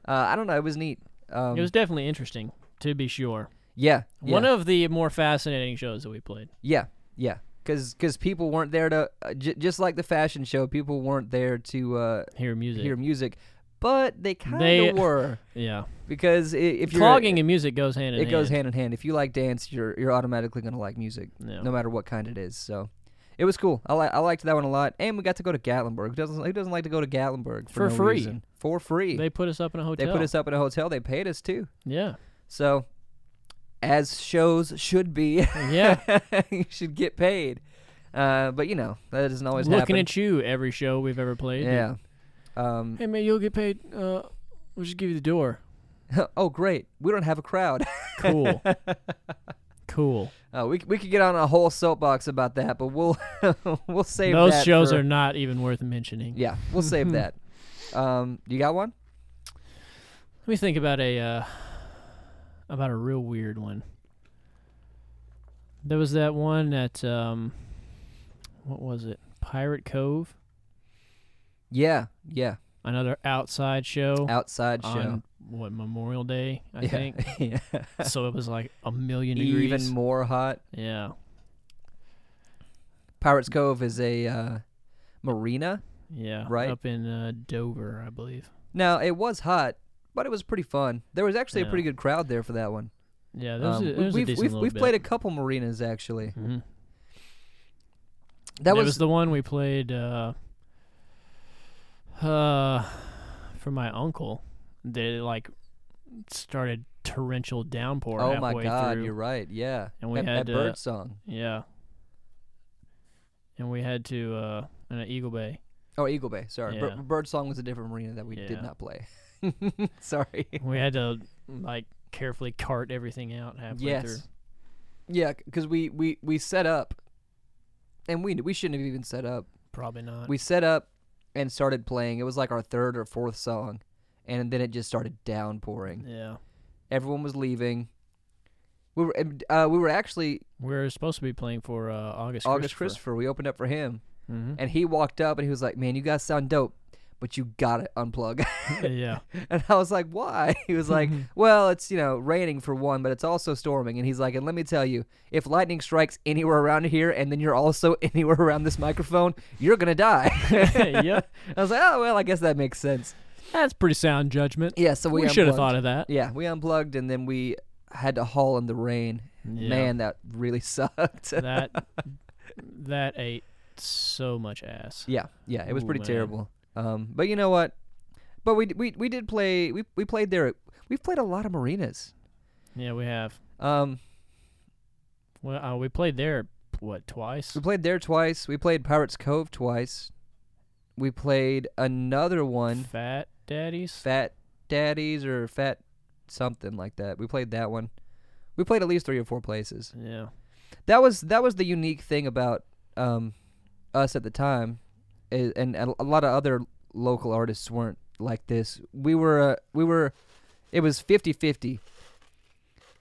Uh, I don't know, it was neat. Um, it was definitely interesting, to be sure. yeah, yeah. One of the more fascinating shows that we played. Yeah, yeah. Because people weren't there to, uh, j- just like the fashion show, people weren't there to uh, Hear music. hear music, but they kind of They- were. yeah. Because i- if you're Clogging and music goes hand in it hand. goes hand in hand. If you like dance, you're you're automatically gonna like music, Yeah. no matter what kind it is. So. It was cool. I, li- I liked that one a lot, and we got to go to Gatlinburg. Who doesn't, who doesn't like to go to Gatlinburg For for, no free. reason? For free, They put us up in a They hotel. put us up in a hotel. They paid us too. Yeah. So, as shows should be, Yeah. you should get paid. Uh, but you know that doesn't always Looking happen. at you every show we've ever played. yeah. Um, Hey man, you'll get paid uh we'll just give you the door. oh great, we don't have a crowd. Cool. cool. Uh, we c- we could get on a whole soapbox about that, but we'll we'll save Those that shows for- are not even worth mentioning. Yeah, we'll save that. Um, you got one? Let me think about a uh, about a real weird one. There was that one at um, what was it? Pirate Cove, Yeah, yeah. another outside show Outside show. on what Memorial Day, I yeah. think. yeah. so it was like a million degrees. Even more hot. yeah, Pirates Cove is a uh, marina. yeah, Right. up in uh, Dover, I believe. Now it was hot, but it was pretty fun. There was actually a Yeah. pretty good crowd there for that one. Yeah, there's Um, a, we- there's we've a decent we've, little we've bit. played a couple marinas actually. hmm That it was, was the one we played uh, uh, for my uncle. They like started torrential downpour oh halfway my god, through. you're right. Yeah, And we that, had, that uh, bird song. Yeah. And we had to uh in an Eagle Bay. Oh, Eagle Bay. Sorry, yeah. bird, bird song was a different marina that we Yeah. did not play. sorry. We had to like carefully cart everything out halfway through. Yes. Yeah, because we, we we set up, and we we shouldn't have even set up. Probably not. We set up and started playing. It was like our third or fourth song, and then it just started downpouring. yeah. Everyone was leaving. We were and, uh, we were actually We were supposed to be playing for uh August August Christopher. Mm-hmm. We opened up for him, hmm and he walked up and he was like, "Man, you guys sound dope, but you gotta unplug." yeah. and I was like, "Why?" He was like, "Well, it's you know raining for one, but it's also storming." And he's like, "And let me tell you, if lightning strikes anywhere around here, and then you're also anywhere around this microphone, you're gonna die." yep. I was like, "Oh well, I guess that makes sense." That's pretty sound judgment. Yeah, so we, we should have unplugged. thought of that. Yeah, we unplugged, and then we had to haul in the rain. Yeah. Man, that really sucked. that that ate so much ass. Yeah, yeah, it was Ooh, pretty man. terrible. Um, but you know what? But we d- we we did play. We we played there. We've played a lot of marinas. Yeah, we have. Um, Well, uh, we played there what twice? we played there twice. We played Pirates Cove twice. We played another one, Fat Daddies. Fat Daddies or Fat something like that. We played that one. We played at least three or four places. Yeah. That was that was the unique thing about um, us at the time, i- and a a lot of other local artists weren't like this. We were uh, we were it was 50-50.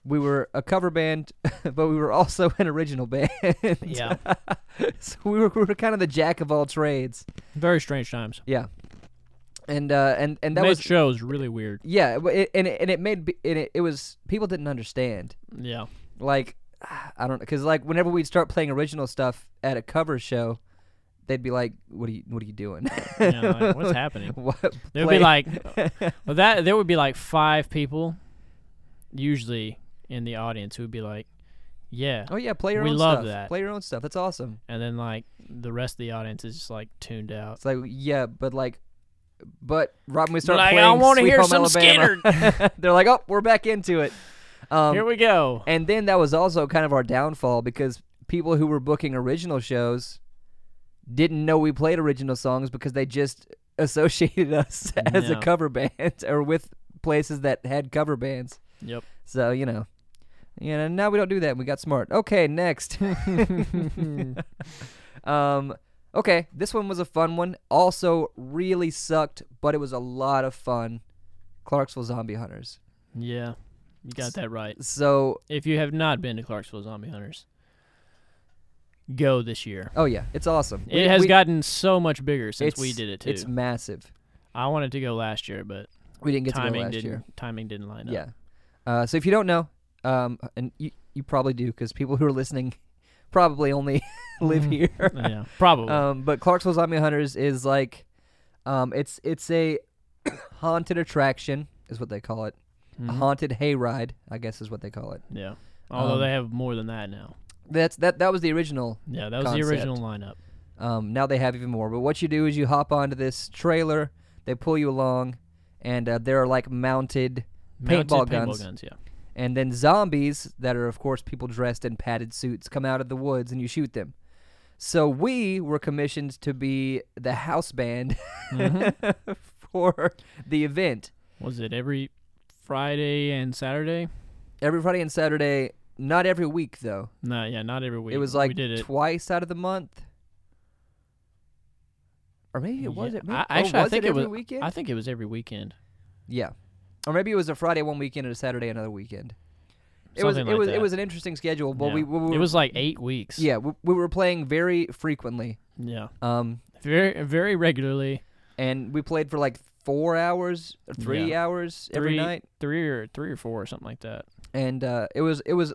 We were a cover band, but we were also an original band. Yeah. so we were, we were kind of the jack of all trades. Very strange times. Yeah. And uh and and that Mid was show is really weird. yeah, it- it, and it, and it made b- and it, it was people didn't understand. Yeah. Like I don't cuz like whenever we'd start playing original stuff at a cover show, they'd be like what are you what are you doing? yeah like, what's happening? what, There would play- be like, well, that there would be like five people, usually in the audience, who would be like, "Yeah," Oh yeah, play your We own love stuff. that. Play your own stuff. That's awesome. and then like the rest of the audience is just like tuned out. It's like yeah, but like but right when we start Like, I playing wanna Sweet hear Home some Alabama, They're like, "Oh, we're back into it." Um, Here we go. And then that was also kind of our downfall because people who were booking original shows didn't know we played original songs because they just associated us as a Yeah. cover band or with places that had cover bands. Yep. So, you know. You know, now we don't do that. We got smart. Okay, next. um okay, this one was a fun one. Also really sucked, but it was a lot of fun. Clarksville Zombie Hunters. Yeah, you got that right. So, If you have not been to Clarksville Zombie Hunters, go this year. oh yeah, it's awesome. We- it has we- gotten so much bigger since we It's- did it too. It's massive. I wanted to go last year, but We didn't get to go timing last didn't year. timing didn't line up. Yeah. Uh, so if you don't know, um, and you, you probably do because people who are listening probably only Mm-hmm. live here. yeah, probably. Um, but Clarksville Zombie Hunters is like, um, it's it's a haunted attraction is what they call it. A Mhm. haunted hayride, I guess, is what they call it. Yeah. Although uh-huh. Um, they have more than that now. That's that that was the original Yeah, that was concept. the original lineup. Um, now they have even more. But what you do is you hop onto this trailer, they pull you along, and uh, there are like mounted Mounted paintball, paintball guns. guns. Yeah. And then zombies, that are of course people dressed in padded suits, come out of the woods and you shoot them. So we were commissioned to be the house band for the event. Mm-hmm. Was it every Friday and Saturday? Every Friday and Saturday, not every week though. No, yeah, not every week. it was like we did it. twice out of the month. Or maybe it was Yeah, it. Maybe, I- oh, actually, I was think it it every was- weekend. I think it was every weekend. Yeah, or maybe it was a Friday one weekend and a Saturday another weekend. It was Something it like was that. it was an interesting schedule, but yeah. we, we were, it was like eight weeks. yeah we, we were playing very frequently, yeah, um, very very regularly. and we played for like four hours, or three Yeah. hours every Three- night, Three or three or four or something like that. and uh, it was it was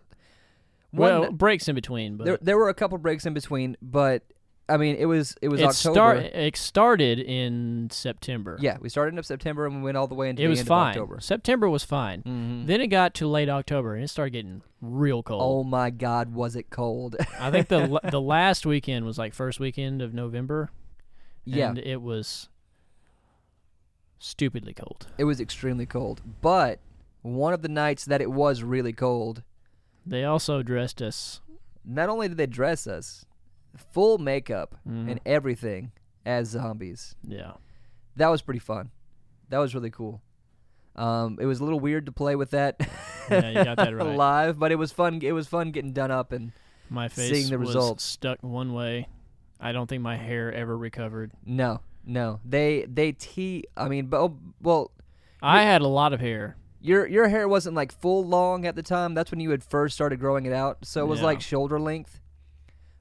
one Well, breaks in between, but there there were a couple breaks in between, but I mean, it was it was it, October. start, it started in September. yeah, we started in September and we went all the way into It the was end fine. of October. September was fine. Mhm. Then it got to late October and it started getting real cold. Oh my God, was it cold? I think the la- the last weekend was like first weekend of November. yeah, And it was stupidly cold. it was extremely cold. But one of the nights that it was really cold, They also dressed us. not only did they dress us full makeup Mm, and everything as zombies. yeah. That was pretty fun. That was really cool. Um, it was a little weird to play with that Yeah, you got that right. live, but it was fun. It was fun getting done up and My face Seeing the was results. stuck one way. I don't think my hair ever recovered. no, no. They they tee. I mean, but oh, well, I had a lot of hair. your your hair wasn't like full long at the time. That's when you had first started growing it out, so it was Yeah. like shoulder length.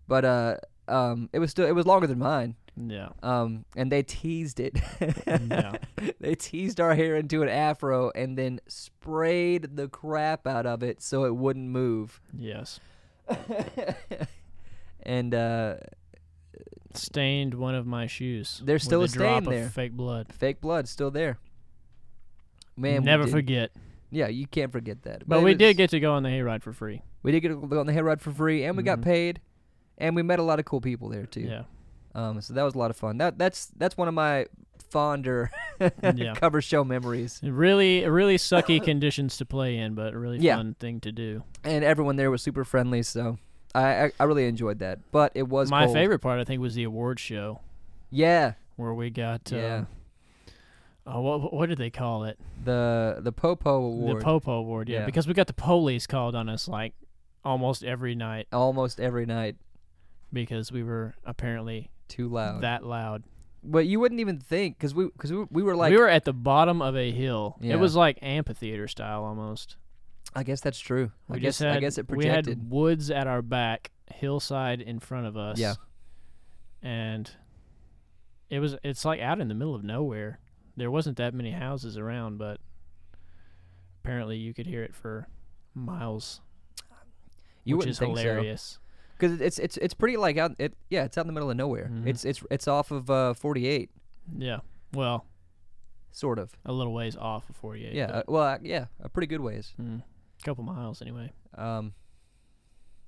But uh, um, it was still it was longer than mine. Yeah. Um, and they teased it. Yeah. they teased our hair into an afro and then sprayed the crap out of it so it wouldn't move. yes. and uh, Stained one of my shoes. There's with still a, a stain drop there. of fake blood. fake blood still there. Man, we Never did- forget. Yeah, you can't forget that. But it we was- did get to go on the hayride for free. we did get to go on the hair ride for free, and we got Mhm. paid, and we met a lot of cool people there too. Yeah. Um, so that was a lot of fun. That that's that's one of my fonder Yeah. cover show memories. Really, really sucky conditions to play in, but a really Yeah. fun thing to do. And everyone there was super friendly, so I I, I really enjoyed that. But it was My cold. favorite part, I think, was the award show Yeah, where we got. Yeah. Um, oh, what what did they call it? the the Popo Award The Popo Award, yeah, Yeah. because we got the police called on us like almost every night almost every night. because we were apparently Too loud. that loud. but you wouldn't even think because we because we, we were like we were at the bottom of a hill. Yeah. It was like amphitheater style almost. I guess that's true. We I just guess had, I guess it We projected. had woods at our back, hillside in front of us. Yeah. And it was it's like out in the middle of nowhere. There wasn't that many houses around, but apparently you could hear it for miles, you which wouldn't is think hilarious. because it's it's it's pretty like out it yeah it's out in the middle of nowhere. Mhm. It's it's it's off of uh, 48 Yeah. Well, sort of. a little ways off of 48. Yeah, uh, well uh, yeah, a pretty good ways. A couple miles anyway. Um,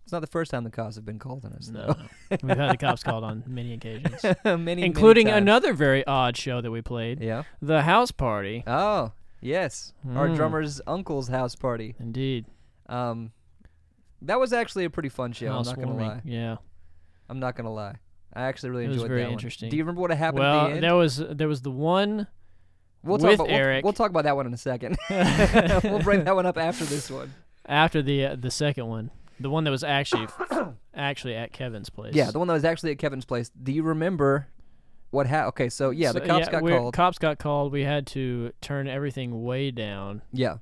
it's not the first time the cops have been called on us No. We've had the cops called on many occasions, though, many including many times. another very odd show that we played, Yeah. The House Party. Oh yes, our Mm. drummer's uncle's house party. Indeed. Um, that was actually a pretty fun show. I'm not gonna Housewarming. lie. Yeah. I'm not gonna lie. I actually really It was enjoyed very that one. interesting. Do you remember what happened well, at the end? there was there was the one we'll with talk about, Eric. We'll, we'll talk about that one in a second. we'll bring that one up after this one. after the uh, the second one, the one that was actually actually at Kevin's place. Yeah, the one that was actually at Kevin's place. Do you remember what happened? Okay, so oh, yeah, the So, cops got we're- called. Cops got called. We had to turn everything way down. yeah,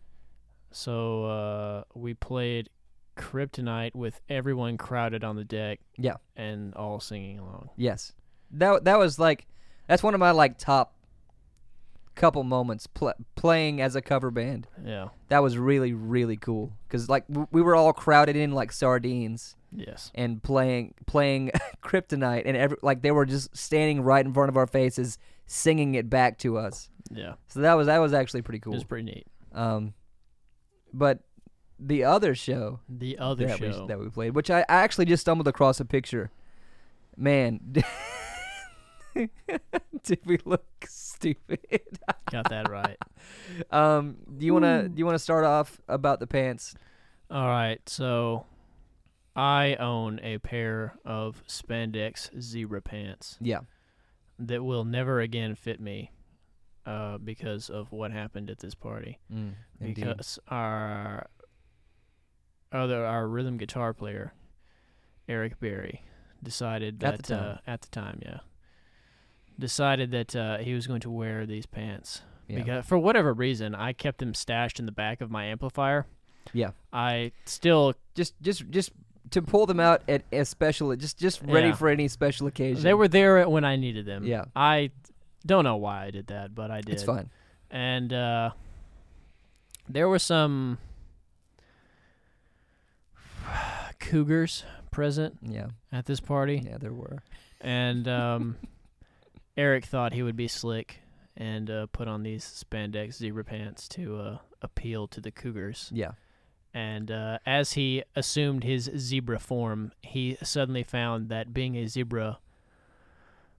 So uh, we played Kryptonite with everyone crowded on the deck. Yeah. And all singing along. yes. That that was like that's one of my like top couple moments pl- playing as a cover band. Yeah. That was really really cool cuz like w- we were all crowded in like sardines Yes. and playing playing Kryptonite and every, like they were just standing right in front of our faces singing it back to us. Yeah. So that was that was actually pretty It cool. was pretty neat. Um but the other show The other that show. We, that we played, which I, I actually just stumbled across a picture. Man, did we look stupid? Got that right. Um, do you wanna do you wanna start off about the pants? All right. So I own a pair of spandex zebra pants Yeah, that will never again fit me uh, because of what happened at this party. mm, Because our other our rhythm guitar player Eric Berry decided that At the time. Uh, at the time, yeah, decided that uh, he was going to wear these pants Yeah. because for whatever reason I kept them stashed in the back of my amplifier. Yeah. I still just just just to pull them out at a special, just just ready Yeah. for any special occasion. They were there when I needed them. Yeah. I don't know why I did that, but I did. It's fine. And uh, there were some cougars present Yeah, at this party, yeah, there were. and um, Eric thought he would be slick and uh, put on these spandex zebra pants to uh, appeal to the cougars. Yeah. And uh, as he assumed his zebra form, he suddenly found that being a zebra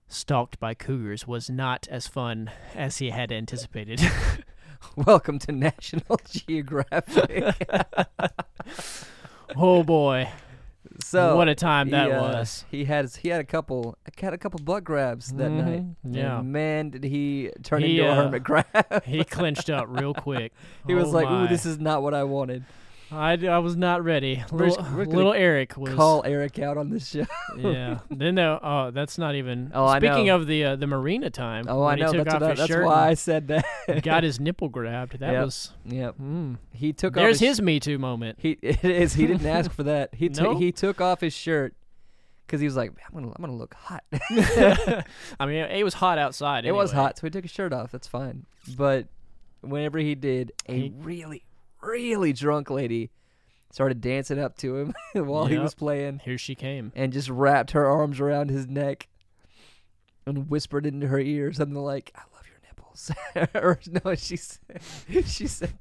stalked by cougars was not as fun as he had anticipated. Welcome to National Geographic. oh boy, So what a time that he, uh, was! He had he had a couple had a couple butt grabs that night. Mhm, Yeah, And man, did he turn He, into a uh, hermit crab. he clinched up real quick. he was Oh like, my. "Ooh, this is not what I wanted." I, d- I was not ready. We're just- Little, we're gonna little Eric was. Call Eric out on this show. yeah. Then though, oh, that's not even. Oh, I Speaking know. of the uh, the marina time. Oh, when I he know. took That's, off what I, his that's shirt why I said that. and got his nipple grabbed. That Yep. was. Yep. Mm. He took There's off his, his Me Too moment. He it is. He didn't ask for that. He took No? he took off his shirt because he was like, "I'm gonna I'm gonna look hot." I mean, it was hot outside. It was anyway. hot, so he took his shirt off. That's fine. But whenever he did, a He- really, really drunk lady started dancing up to him while he Yep. was playing Here she came. and just wrapped her arms around his neck and whispered into her ear something like, I love your nipples. or no, she said, she said,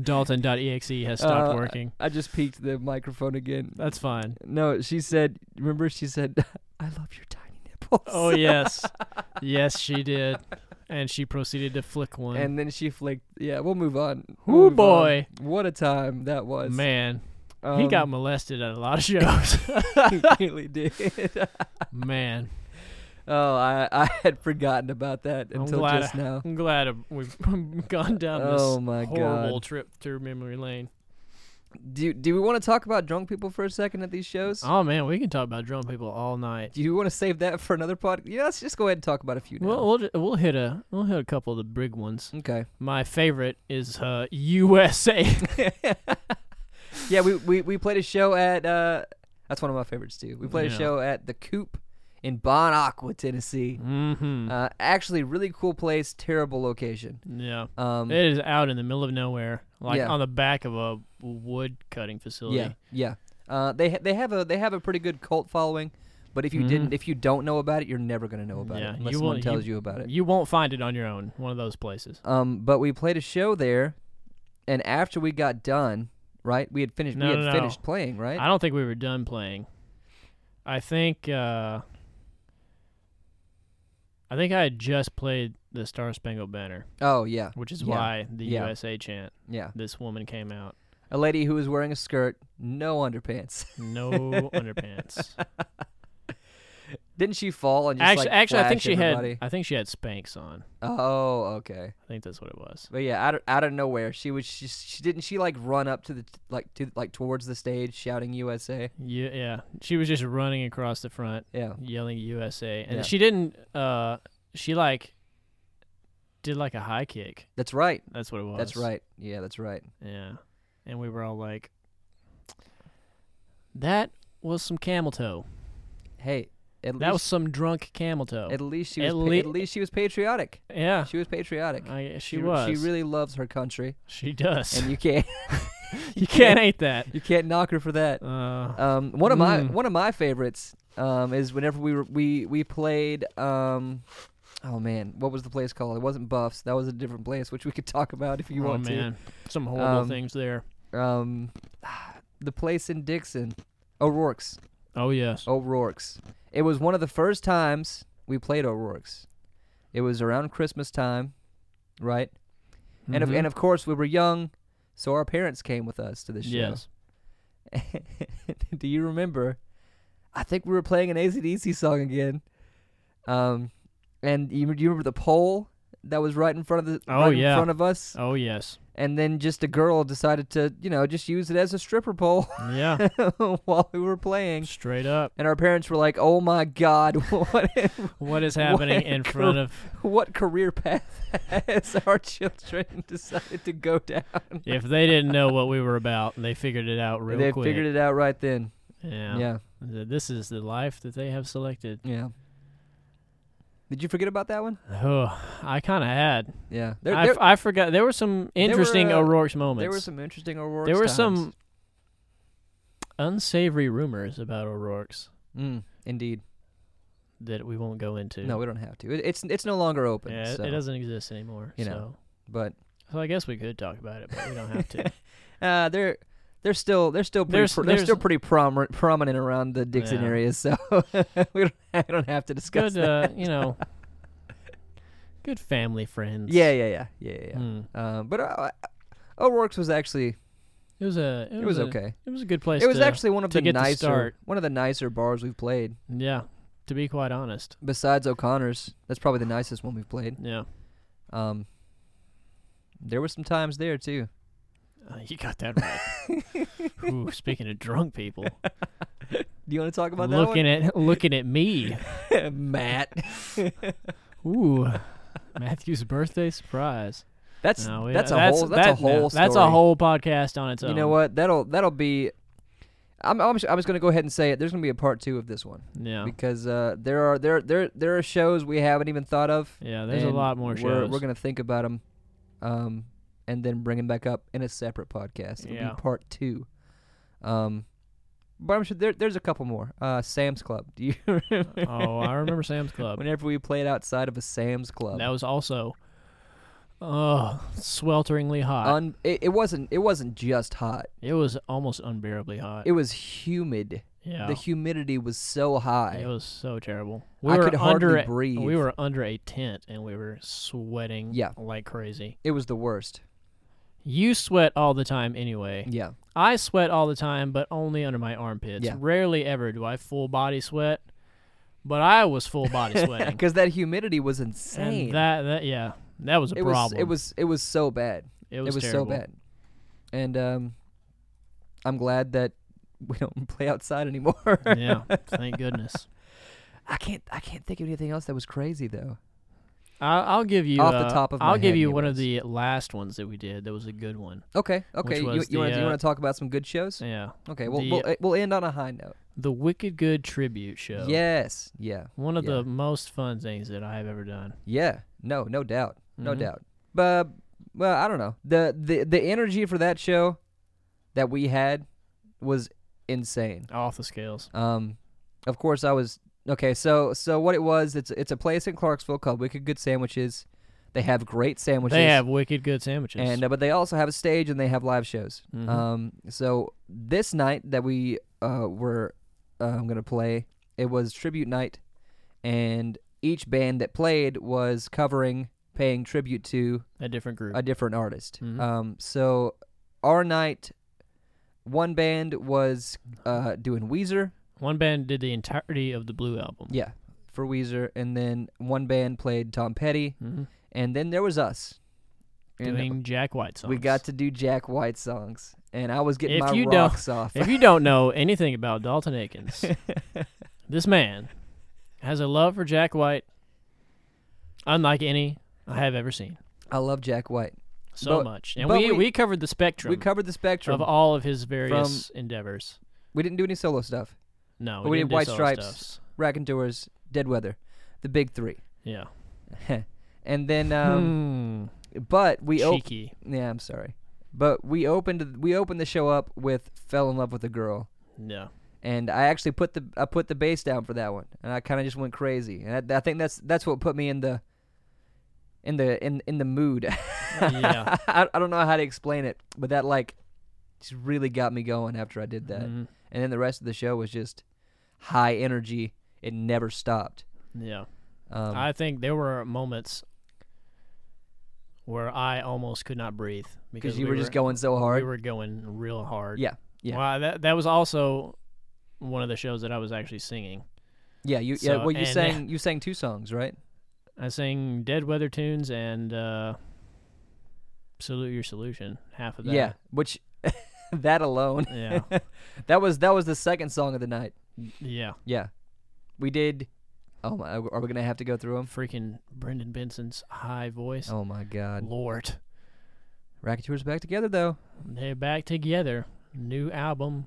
Dalton.exe has stopped Uh, working. I just peeked the microphone again. That's fine. No, she said, remember, she said, I love your tiny nipples. Oh yes, yes she did, and she proceeded to flick one. And then she flicked. Yeah, we'll move on. We'll Ooh move on. Oh, boy, What a time that was. man, he got Um, molested at a lot of shows. he really did. man, oh, I, I had forgotten about that I'm until glad just now. I'm glad of- we've gone down this Oh my horrible god. trip through memory lane. Do do we want to talk about drunk people for a second at these shows? Oh man, we can talk about drunk people all night. do you want to save that for another podcast? Yeah, let's just go ahead and talk about a few now. We'll, we'll ju- we'll hit a we'll hit a couple of the big ones. okay. My favorite is uh, USA. Yeah, we, we we played a show at uh that's one of my favorites too. We played Yeah. a show at the Coop in Bon Aqua, Tennessee. mm-hmm. Uh, actually, really cool place, terrible location. yeah. Um, It is out in the middle of nowhere, like Yeah. on the back of a wood cutting facility. Yeah, yeah. Uh, they ha- they have a they have a pretty good cult following, but if you Mhm. didn't if you don't know about it, you're never gonna know about Yeah, it unless you someone won't- tells you, about it. You won't find it on your own. One of those places. Um, but we played a show there, and after we got done, right, we had finished No, we had no, no. finished playing, right? I don't think we were done playing. I think uh, I think I had just played the Star Spangled Banner, oh yeah, which is Yeah. why the Yeah. USA chant. yeah. This woman came out, A lady who was wearing a skirt, no underpants. no underpants. didn't she fall and just Actually, like, actually, I think flash she everybody? had. I think she had Spanx on. Oh, okay. I think that's what it was. But yeah, out of, out of nowhere, she was. She, she didn't she like run up to the like to like towards the stage shouting USA. Yeah, yeah. She was just running across the front, Yeah. yelling USA, and Yeah. she didn't. Uh, she like did like a high kick. That's right. That's what it was. That's right. Yeah, that's right. Yeah. And we were all like, that was some camel toe. Hey, at That was least some drunk camel toe. at least she was at pa- lea- at least she was patriotic. yeah. She was patriotic. I, she, re- was. She really loves her country, She does. and you can't you can't hate that. you can't knock her for that. Uh, Um, one of my Mm. one of my favorites um, is whenever we were, we we played. Um, oh man, what was the place called? It wasn't Buffs. That was a different place, which we could talk about if you oh, want man. Some horrible Um, things there. to. Um, the place in Dixon, O'Rourke's. Oh, yes. O'Rourke's. It was one of the first times we played O'Rourke's. It was around Christmas time, right? And of, Mhm. and of course we were young, so our parents came with us to the show. Yes. Do you remember? I think we were playing an ACDC song again. Um, and you, you remember the pole that was right in front of the Oh, right yeah. in front of us, Oh, yes. and then just a girl decided to you know just use it as a stripper pole Yeah. while we were playing. Straight up. And our parents were like, "Oh my God, what What is What happening a in cr- front of. what career path has our children decided to go down?" If they didn't know what we were about, they figured it out real they quick. figured it out right then. yeah. yeah, This is the life that they have selected. yeah. Did you forget about that one? Oh, I kind of had. Yeah. There, I, there, f- I forgot. There were some were, interesting uh, O'Rourke's moments. there were some interesting O'Rourke's There were times. some unsavory rumors about O'Rourke's Mm, indeed. that we won't go into. No, we don't have to. It, it's it's no longer open. yeah, it- so, it doesn't exist anymore. you so. know. But so I guess we could talk about it, but we don't have to. uh, they're they're still they're still pretty There's- pro- they're there's- still pretty promi- prominent around the Dixon Yeah. area, so we don't, I don't have to discuss good, that. uh, you know, good family friends. Yeah, yeah, yeah, yeah, yeah. yeah. Mm. Um, but uh, O'Rourke's was actually It was a. It, it was a- okay. It was a good place. It was to- actually one of to the get to nicer start. one of the nicer bars we've played. Yeah, to be quite honest. Besides O'Connor's, that's probably the nicest one we've played. Yeah, Um, there were some times there too. uh, you got that right. Ooh, speaking of drunk people, Do you want to talk about that looking at looking at me. one, Matt? Ooh, Matthew's birthday surprise. That's No, we- that's a whole that's a that- whole no, that's a story. whole podcast on its own. You know what? That'll that'll be. I'm I'm just, I'm just gonna go ahead and say it. There's gonna be a part two of this one Yeah, because uh, there are there there there are shows we haven't even thought of. yeah. There's a and lot more We're, shows. we're gonna think about them, um, and then bring them back up in a separate podcast. It'll Yeah. be part two. Um, but I'm sure there, there's a couple more. Uh, Sam's Club. Do you remember? oh, I remember Sam's Club. Whenever we played outside of a Sam's Club, That was also, oh, swelteringly hot. Un- it, it wasn't it wasn't just hot. it was almost unbearably hot. It was humid. yeah, The humidity was so high. it was so terrible. We I were could under hardly a- breathe. We were under a tent and we were sweating. Yeah. like crazy. It was the worst. You sweat all the time anyway. Yeah. I sweat all the time, but only under my armpits. Yeah. Rarely ever do I full body sweat, but I was full body sweating. Because that humidity was and insane. that, that, yeah, that was a it was problem. it was it was so bad. it It was, was, so terrible. bad. And um I'm glad that we don't play outside anymore. yeah, thank goodness. I can't I can't think of anything else that was crazy though. I, I'll give you Off the uh, top of my I'll give head, you one of anyways. the last ones that we did. That was a good one. Okay, okay. You, was you want the, to uh, you want to talk about some good shows? Yeah, Okay, well the- we'll, eh, we'll end on a high note. the Wicked Good tribute show. Yes, yeah, one of yeah. the most fun things that I have ever done. yeah. No, no doubt, no Mhm. doubt. But well, I don't know the the the energy for that show that we had was insane. Off the scales. Um, of course, I was okay. So, so what it was? It's it's a place in Clarksville called Wicked Good Sandwiches. They have great sandwiches. they have wicked good sandwiches. and uh, but they also have a stage and they have live shows. Mhm. Um, so this night that we uh were uh, I'm gonna play it was tribute night, and each band that played was covering paying tribute to a different group. a different artist. Mhm. Um, so our night, one band was uh doing Weezer. One band did the entirety of the Blue album. Yeah, for Weezer, and then one band played Tom Petty, Mhm. and then there was us. And uh, Doing Jack White songs. we got to do Jack White songs, and I was getting If my you don't- rocks off. if you don't know anything about Dalton Aikens, this man has a love for Jack White, unlike any I have ever seen. I love Jack White. So But- much, and but we, we- we covered the spectrum We covered the spectrum. of all of his various endeavors. we didn't do any solo stuff. No, But we, we didn't did do White solo Stripes. stuffs. Rack and Doors, Dead Weather, the big three, Yeah, and then. Um, But Hmm, we opened. cheeky. Yeah, I'm sorry, but we opened we opened the show up with "Fell in Love with a Girl." Yeah, and I actually put the I put the bass down for that one, and I kind of just went crazy, and I, I think that's that's what put me in the in the in in the mood. Yeah. I, I don't know how to explain it, but that like just really got me going after I did that, Mhm. and then the rest of the show was just high energy. It never stopped. yeah. Um, I think there were moments where I almost could not breathe because because you we were just going so hard. We were going real hard. Yeah, yeah. Well, that that was also one of the shows that I was actually singing. yeah, you so- yeah. Well, you and- sang you sang two songs, right? I sang Dead Weather tunes and uh, Salute Your Solution. Half of that. Yeah, which that alone Yeah. that was that was the second song of the night. yeah. Yeah, we did. Oh my, are we gonna have to go through them? Freaking Brendan Benson's high voice. Oh my God! Lord. Racketeers back together though. They're back together. New album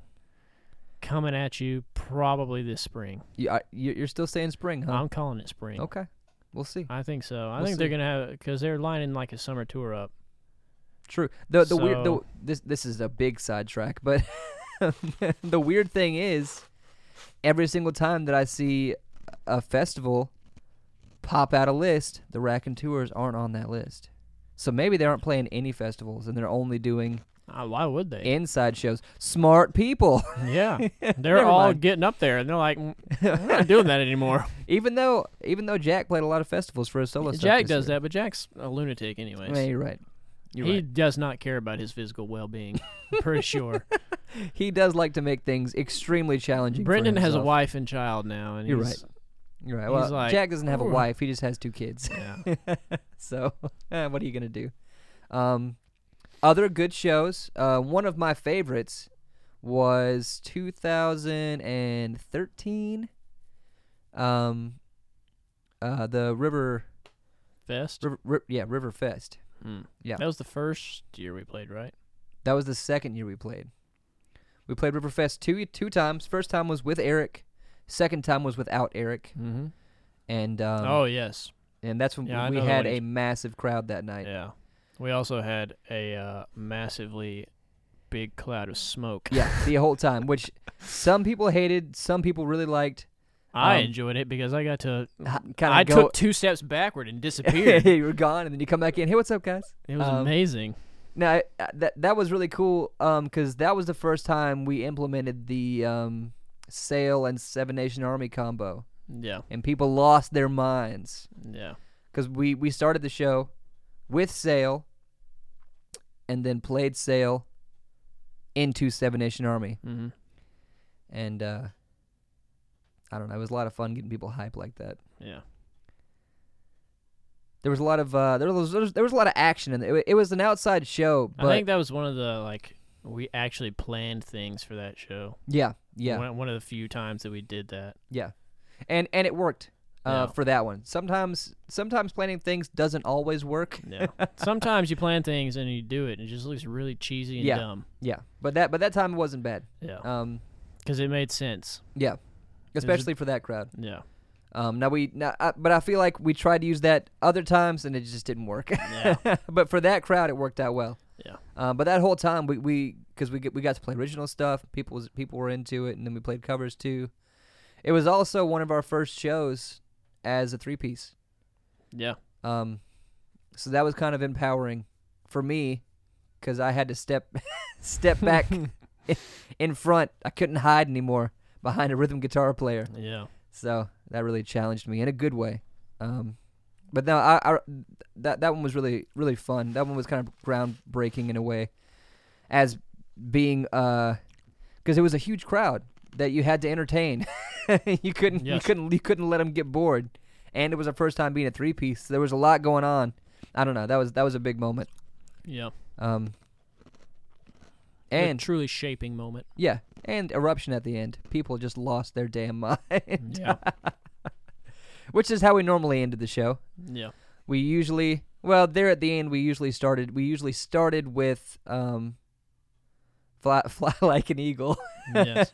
coming at you probably this spring. You, I, you- you're still saying spring, huh? I'm calling it spring. Oh. Okay, We'll see. I think so. I We'll think they're see. gonna have because they're lining like a summer tour up. True. The the weird the, So- this this is a big sidetrack, but the weird thing is, every single time that I see a festival pop out a list, the Rack and Tours aren't on that list. So maybe they aren't playing any festivals and they're only doing Uh, why would they? inside shows. Smart people. yeah, they're Never all mind. getting up there, and they're like, "Mm, "We're not doing that anymore." even though even though Jack played a lot of festivals for his solo stuff. Jack this does year. that, but Jack's a lunatic, anyways. Yeah, you're right. You're he right. does not care about his physical well-being. I'm pretty sure. He does like to make things extremely challenging. for Brendan has a himself. wife and child now, and You're he's, You're right. he's Well, like, Jack doesn't have a "Ooh." wife. He just has two kids. Yeah. so eh, what are you gonna do? Um, other good shows. Uh, one of my favorites was 2013. Um, uh, the River, Fest. river Ri- yeah, River Fest. Mm. Yeah. That was the first year we played, right? That was the second year we played. We played River Fest two two times. First time was with Eric. Second time was without Eric. Mm-hmm. And um, oh yes, and that's when yeah, I we know the had one a he's- massive crowd that night. yeah. We also had a uh, massively big cloud of smoke. Yeah, the whole time, which some people hated, some people really liked. I Um, enjoyed it because I got to. Kind I of go. took two steps backward and disappeared. you were gone, and then you come back in. Hey, what's up, guys? it was Um, amazing. No, I- I- that that was really cool. Um, because that was the first time we implemented the um Sale and Seven Nation Army combo, Yeah, and people lost their minds yeah. because we we started the show with Sale, and then played Sale into Seven Nation Army, Mm-hmm. and uh, I don't know, it was a lot of fun getting people hype like that. Yeah. There was a lot of uh, there was there was, there was a lot of action in it. It was an outside show, but I think that was one of the like we actually planned things for that show. yeah, yeah, One, one of the few times that we did that. yeah, and and it worked uh, Yeah. for that one. Sometimes sometimes planning things doesn't always work. Yeah. Sometimes you plan things and you do it and it just looks really cheesy and Yeah. dumb. Yeah, but that but that time it wasn't bad. Yeah. Um, Because it made sense. yeah, especially for that crowd. Yeah. Um, now we now, I, but I feel like we tried to use that other times and it just didn't work. Yeah. but for that crowd, it worked out well. Yeah. Uh, but that whole time, we we because we get, we got to play original stuff. People was, people were into it, and then we played covers too. It was also one of our first shows as a three piece. yeah. Um, so that was kind of empowering for me because I had to step step back i- in front. I couldn't hide anymore behind a rhythm guitar player. Yeah. So that really challenged me in a good way. Um, but no, I, I that that one was really really fun. That one was kind of groundbreaking in a way, as being because it was a huge crowd that you had to entertain. you couldn't you Yes. couldn't you couldn't let them get bored, and it was our first time being a three piece. there was a lot going on. I don't know. That was that was a big moment. Yeah. Um, A and truly shaping moment. yeah, and eruption at the end. People just lost their damn mind, Yeah. which is how we normally ended the show. yeah. we usually well there at the end we usually started we usually started with um fly, fly like an eagle Yes.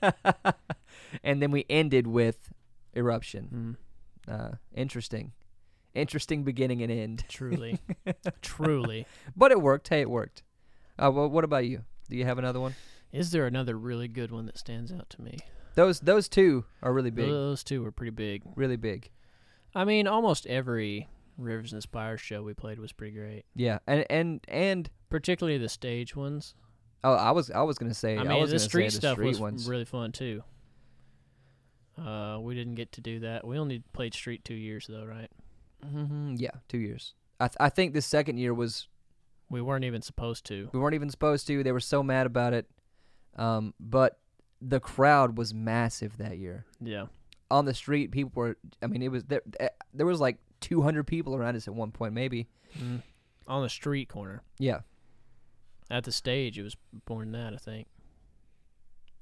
and then we ended with eruption Mm, uh interesting interesting beginning and end truly. truly. but it worked hey it worked uh well, what about you do you have another one Is there another really good one that stands out to me? those those two are really big Those two were pretty big. really big I mean, almost every Rivers and Spire show we played was pretty great, yeah and and and particularly the stage ones. oh i was i was gonna say I mean, was the gonna say street stuff street was ones really fun too. Uh, we didn't get to do that. We only played street two years though, right? Mhm, yeah two years I, th- I think the second year was We weren't even supposed to. We weren't even supposed to. They were so mad about it. Um, but the crowd was massive that year. Yeah, On the street, people were. I mean, it was there. eh, There was like 200 people around us at one point, maybe. mm. on the street corner Yeah, at the stage, it was more than that. I think.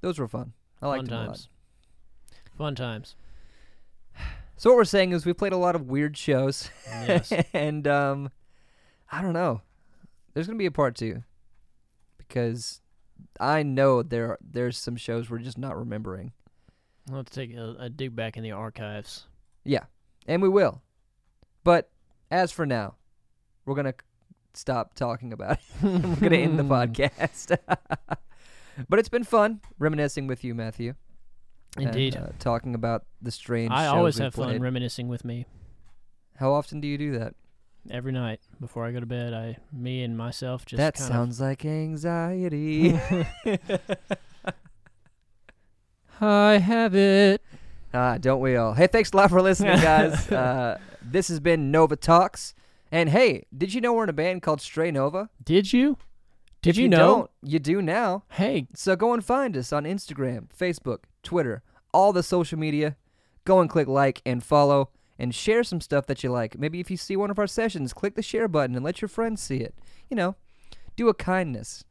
those were fun. I liked fun them a times. lot. Fun times. So what we're saying is we played a lot of weird shows, Yes. and um, I don't know. There's gonna be a part two because I know there there's some shows we're just not remembering, I'll have to take a, a dig back in the archives. and we will. But as for now, we're gonna stop talking about it. we're gonna end the podcast. but it's been fun reminiscing with you, Matthew. and, Indeed. uh, talking about the strange. I shows always we have fun played. reminiscing with me How often do you do that? every night before I go to bed. I, me and myself, just that kind sounds like anxiety. Of, I have it. Ah, don't we all? Hey, thanks a lot for listening, guys. uh, this has been Nova Talks. And hey, did you know we're in a band called Stray Nova? Did you? Did If you, know? Don't, you do now. Hey, So go and find us on Instagram, Facebook, Twitter, all the social media. Go and click like and follow and share some stuff that you like. Maybe if you see one of our sessions, click the share button and let your friends see it. You know, do a kindness.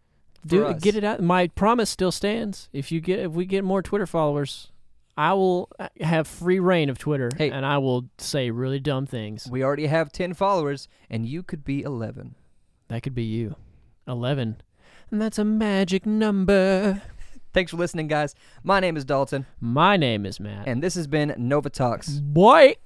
do for us. get it out. My promise still stands. If you get, if we get more Twitter followers, I will uh, have free reign of Twitter, Hey. and I will say really dumb things. We already have 10 followers, and you could be 11. That could be you. Eleven, and that's a magic number. Thanks for listening, guys. My name is Dalton, My name is Matt. and this has been Nova Talks. Boy.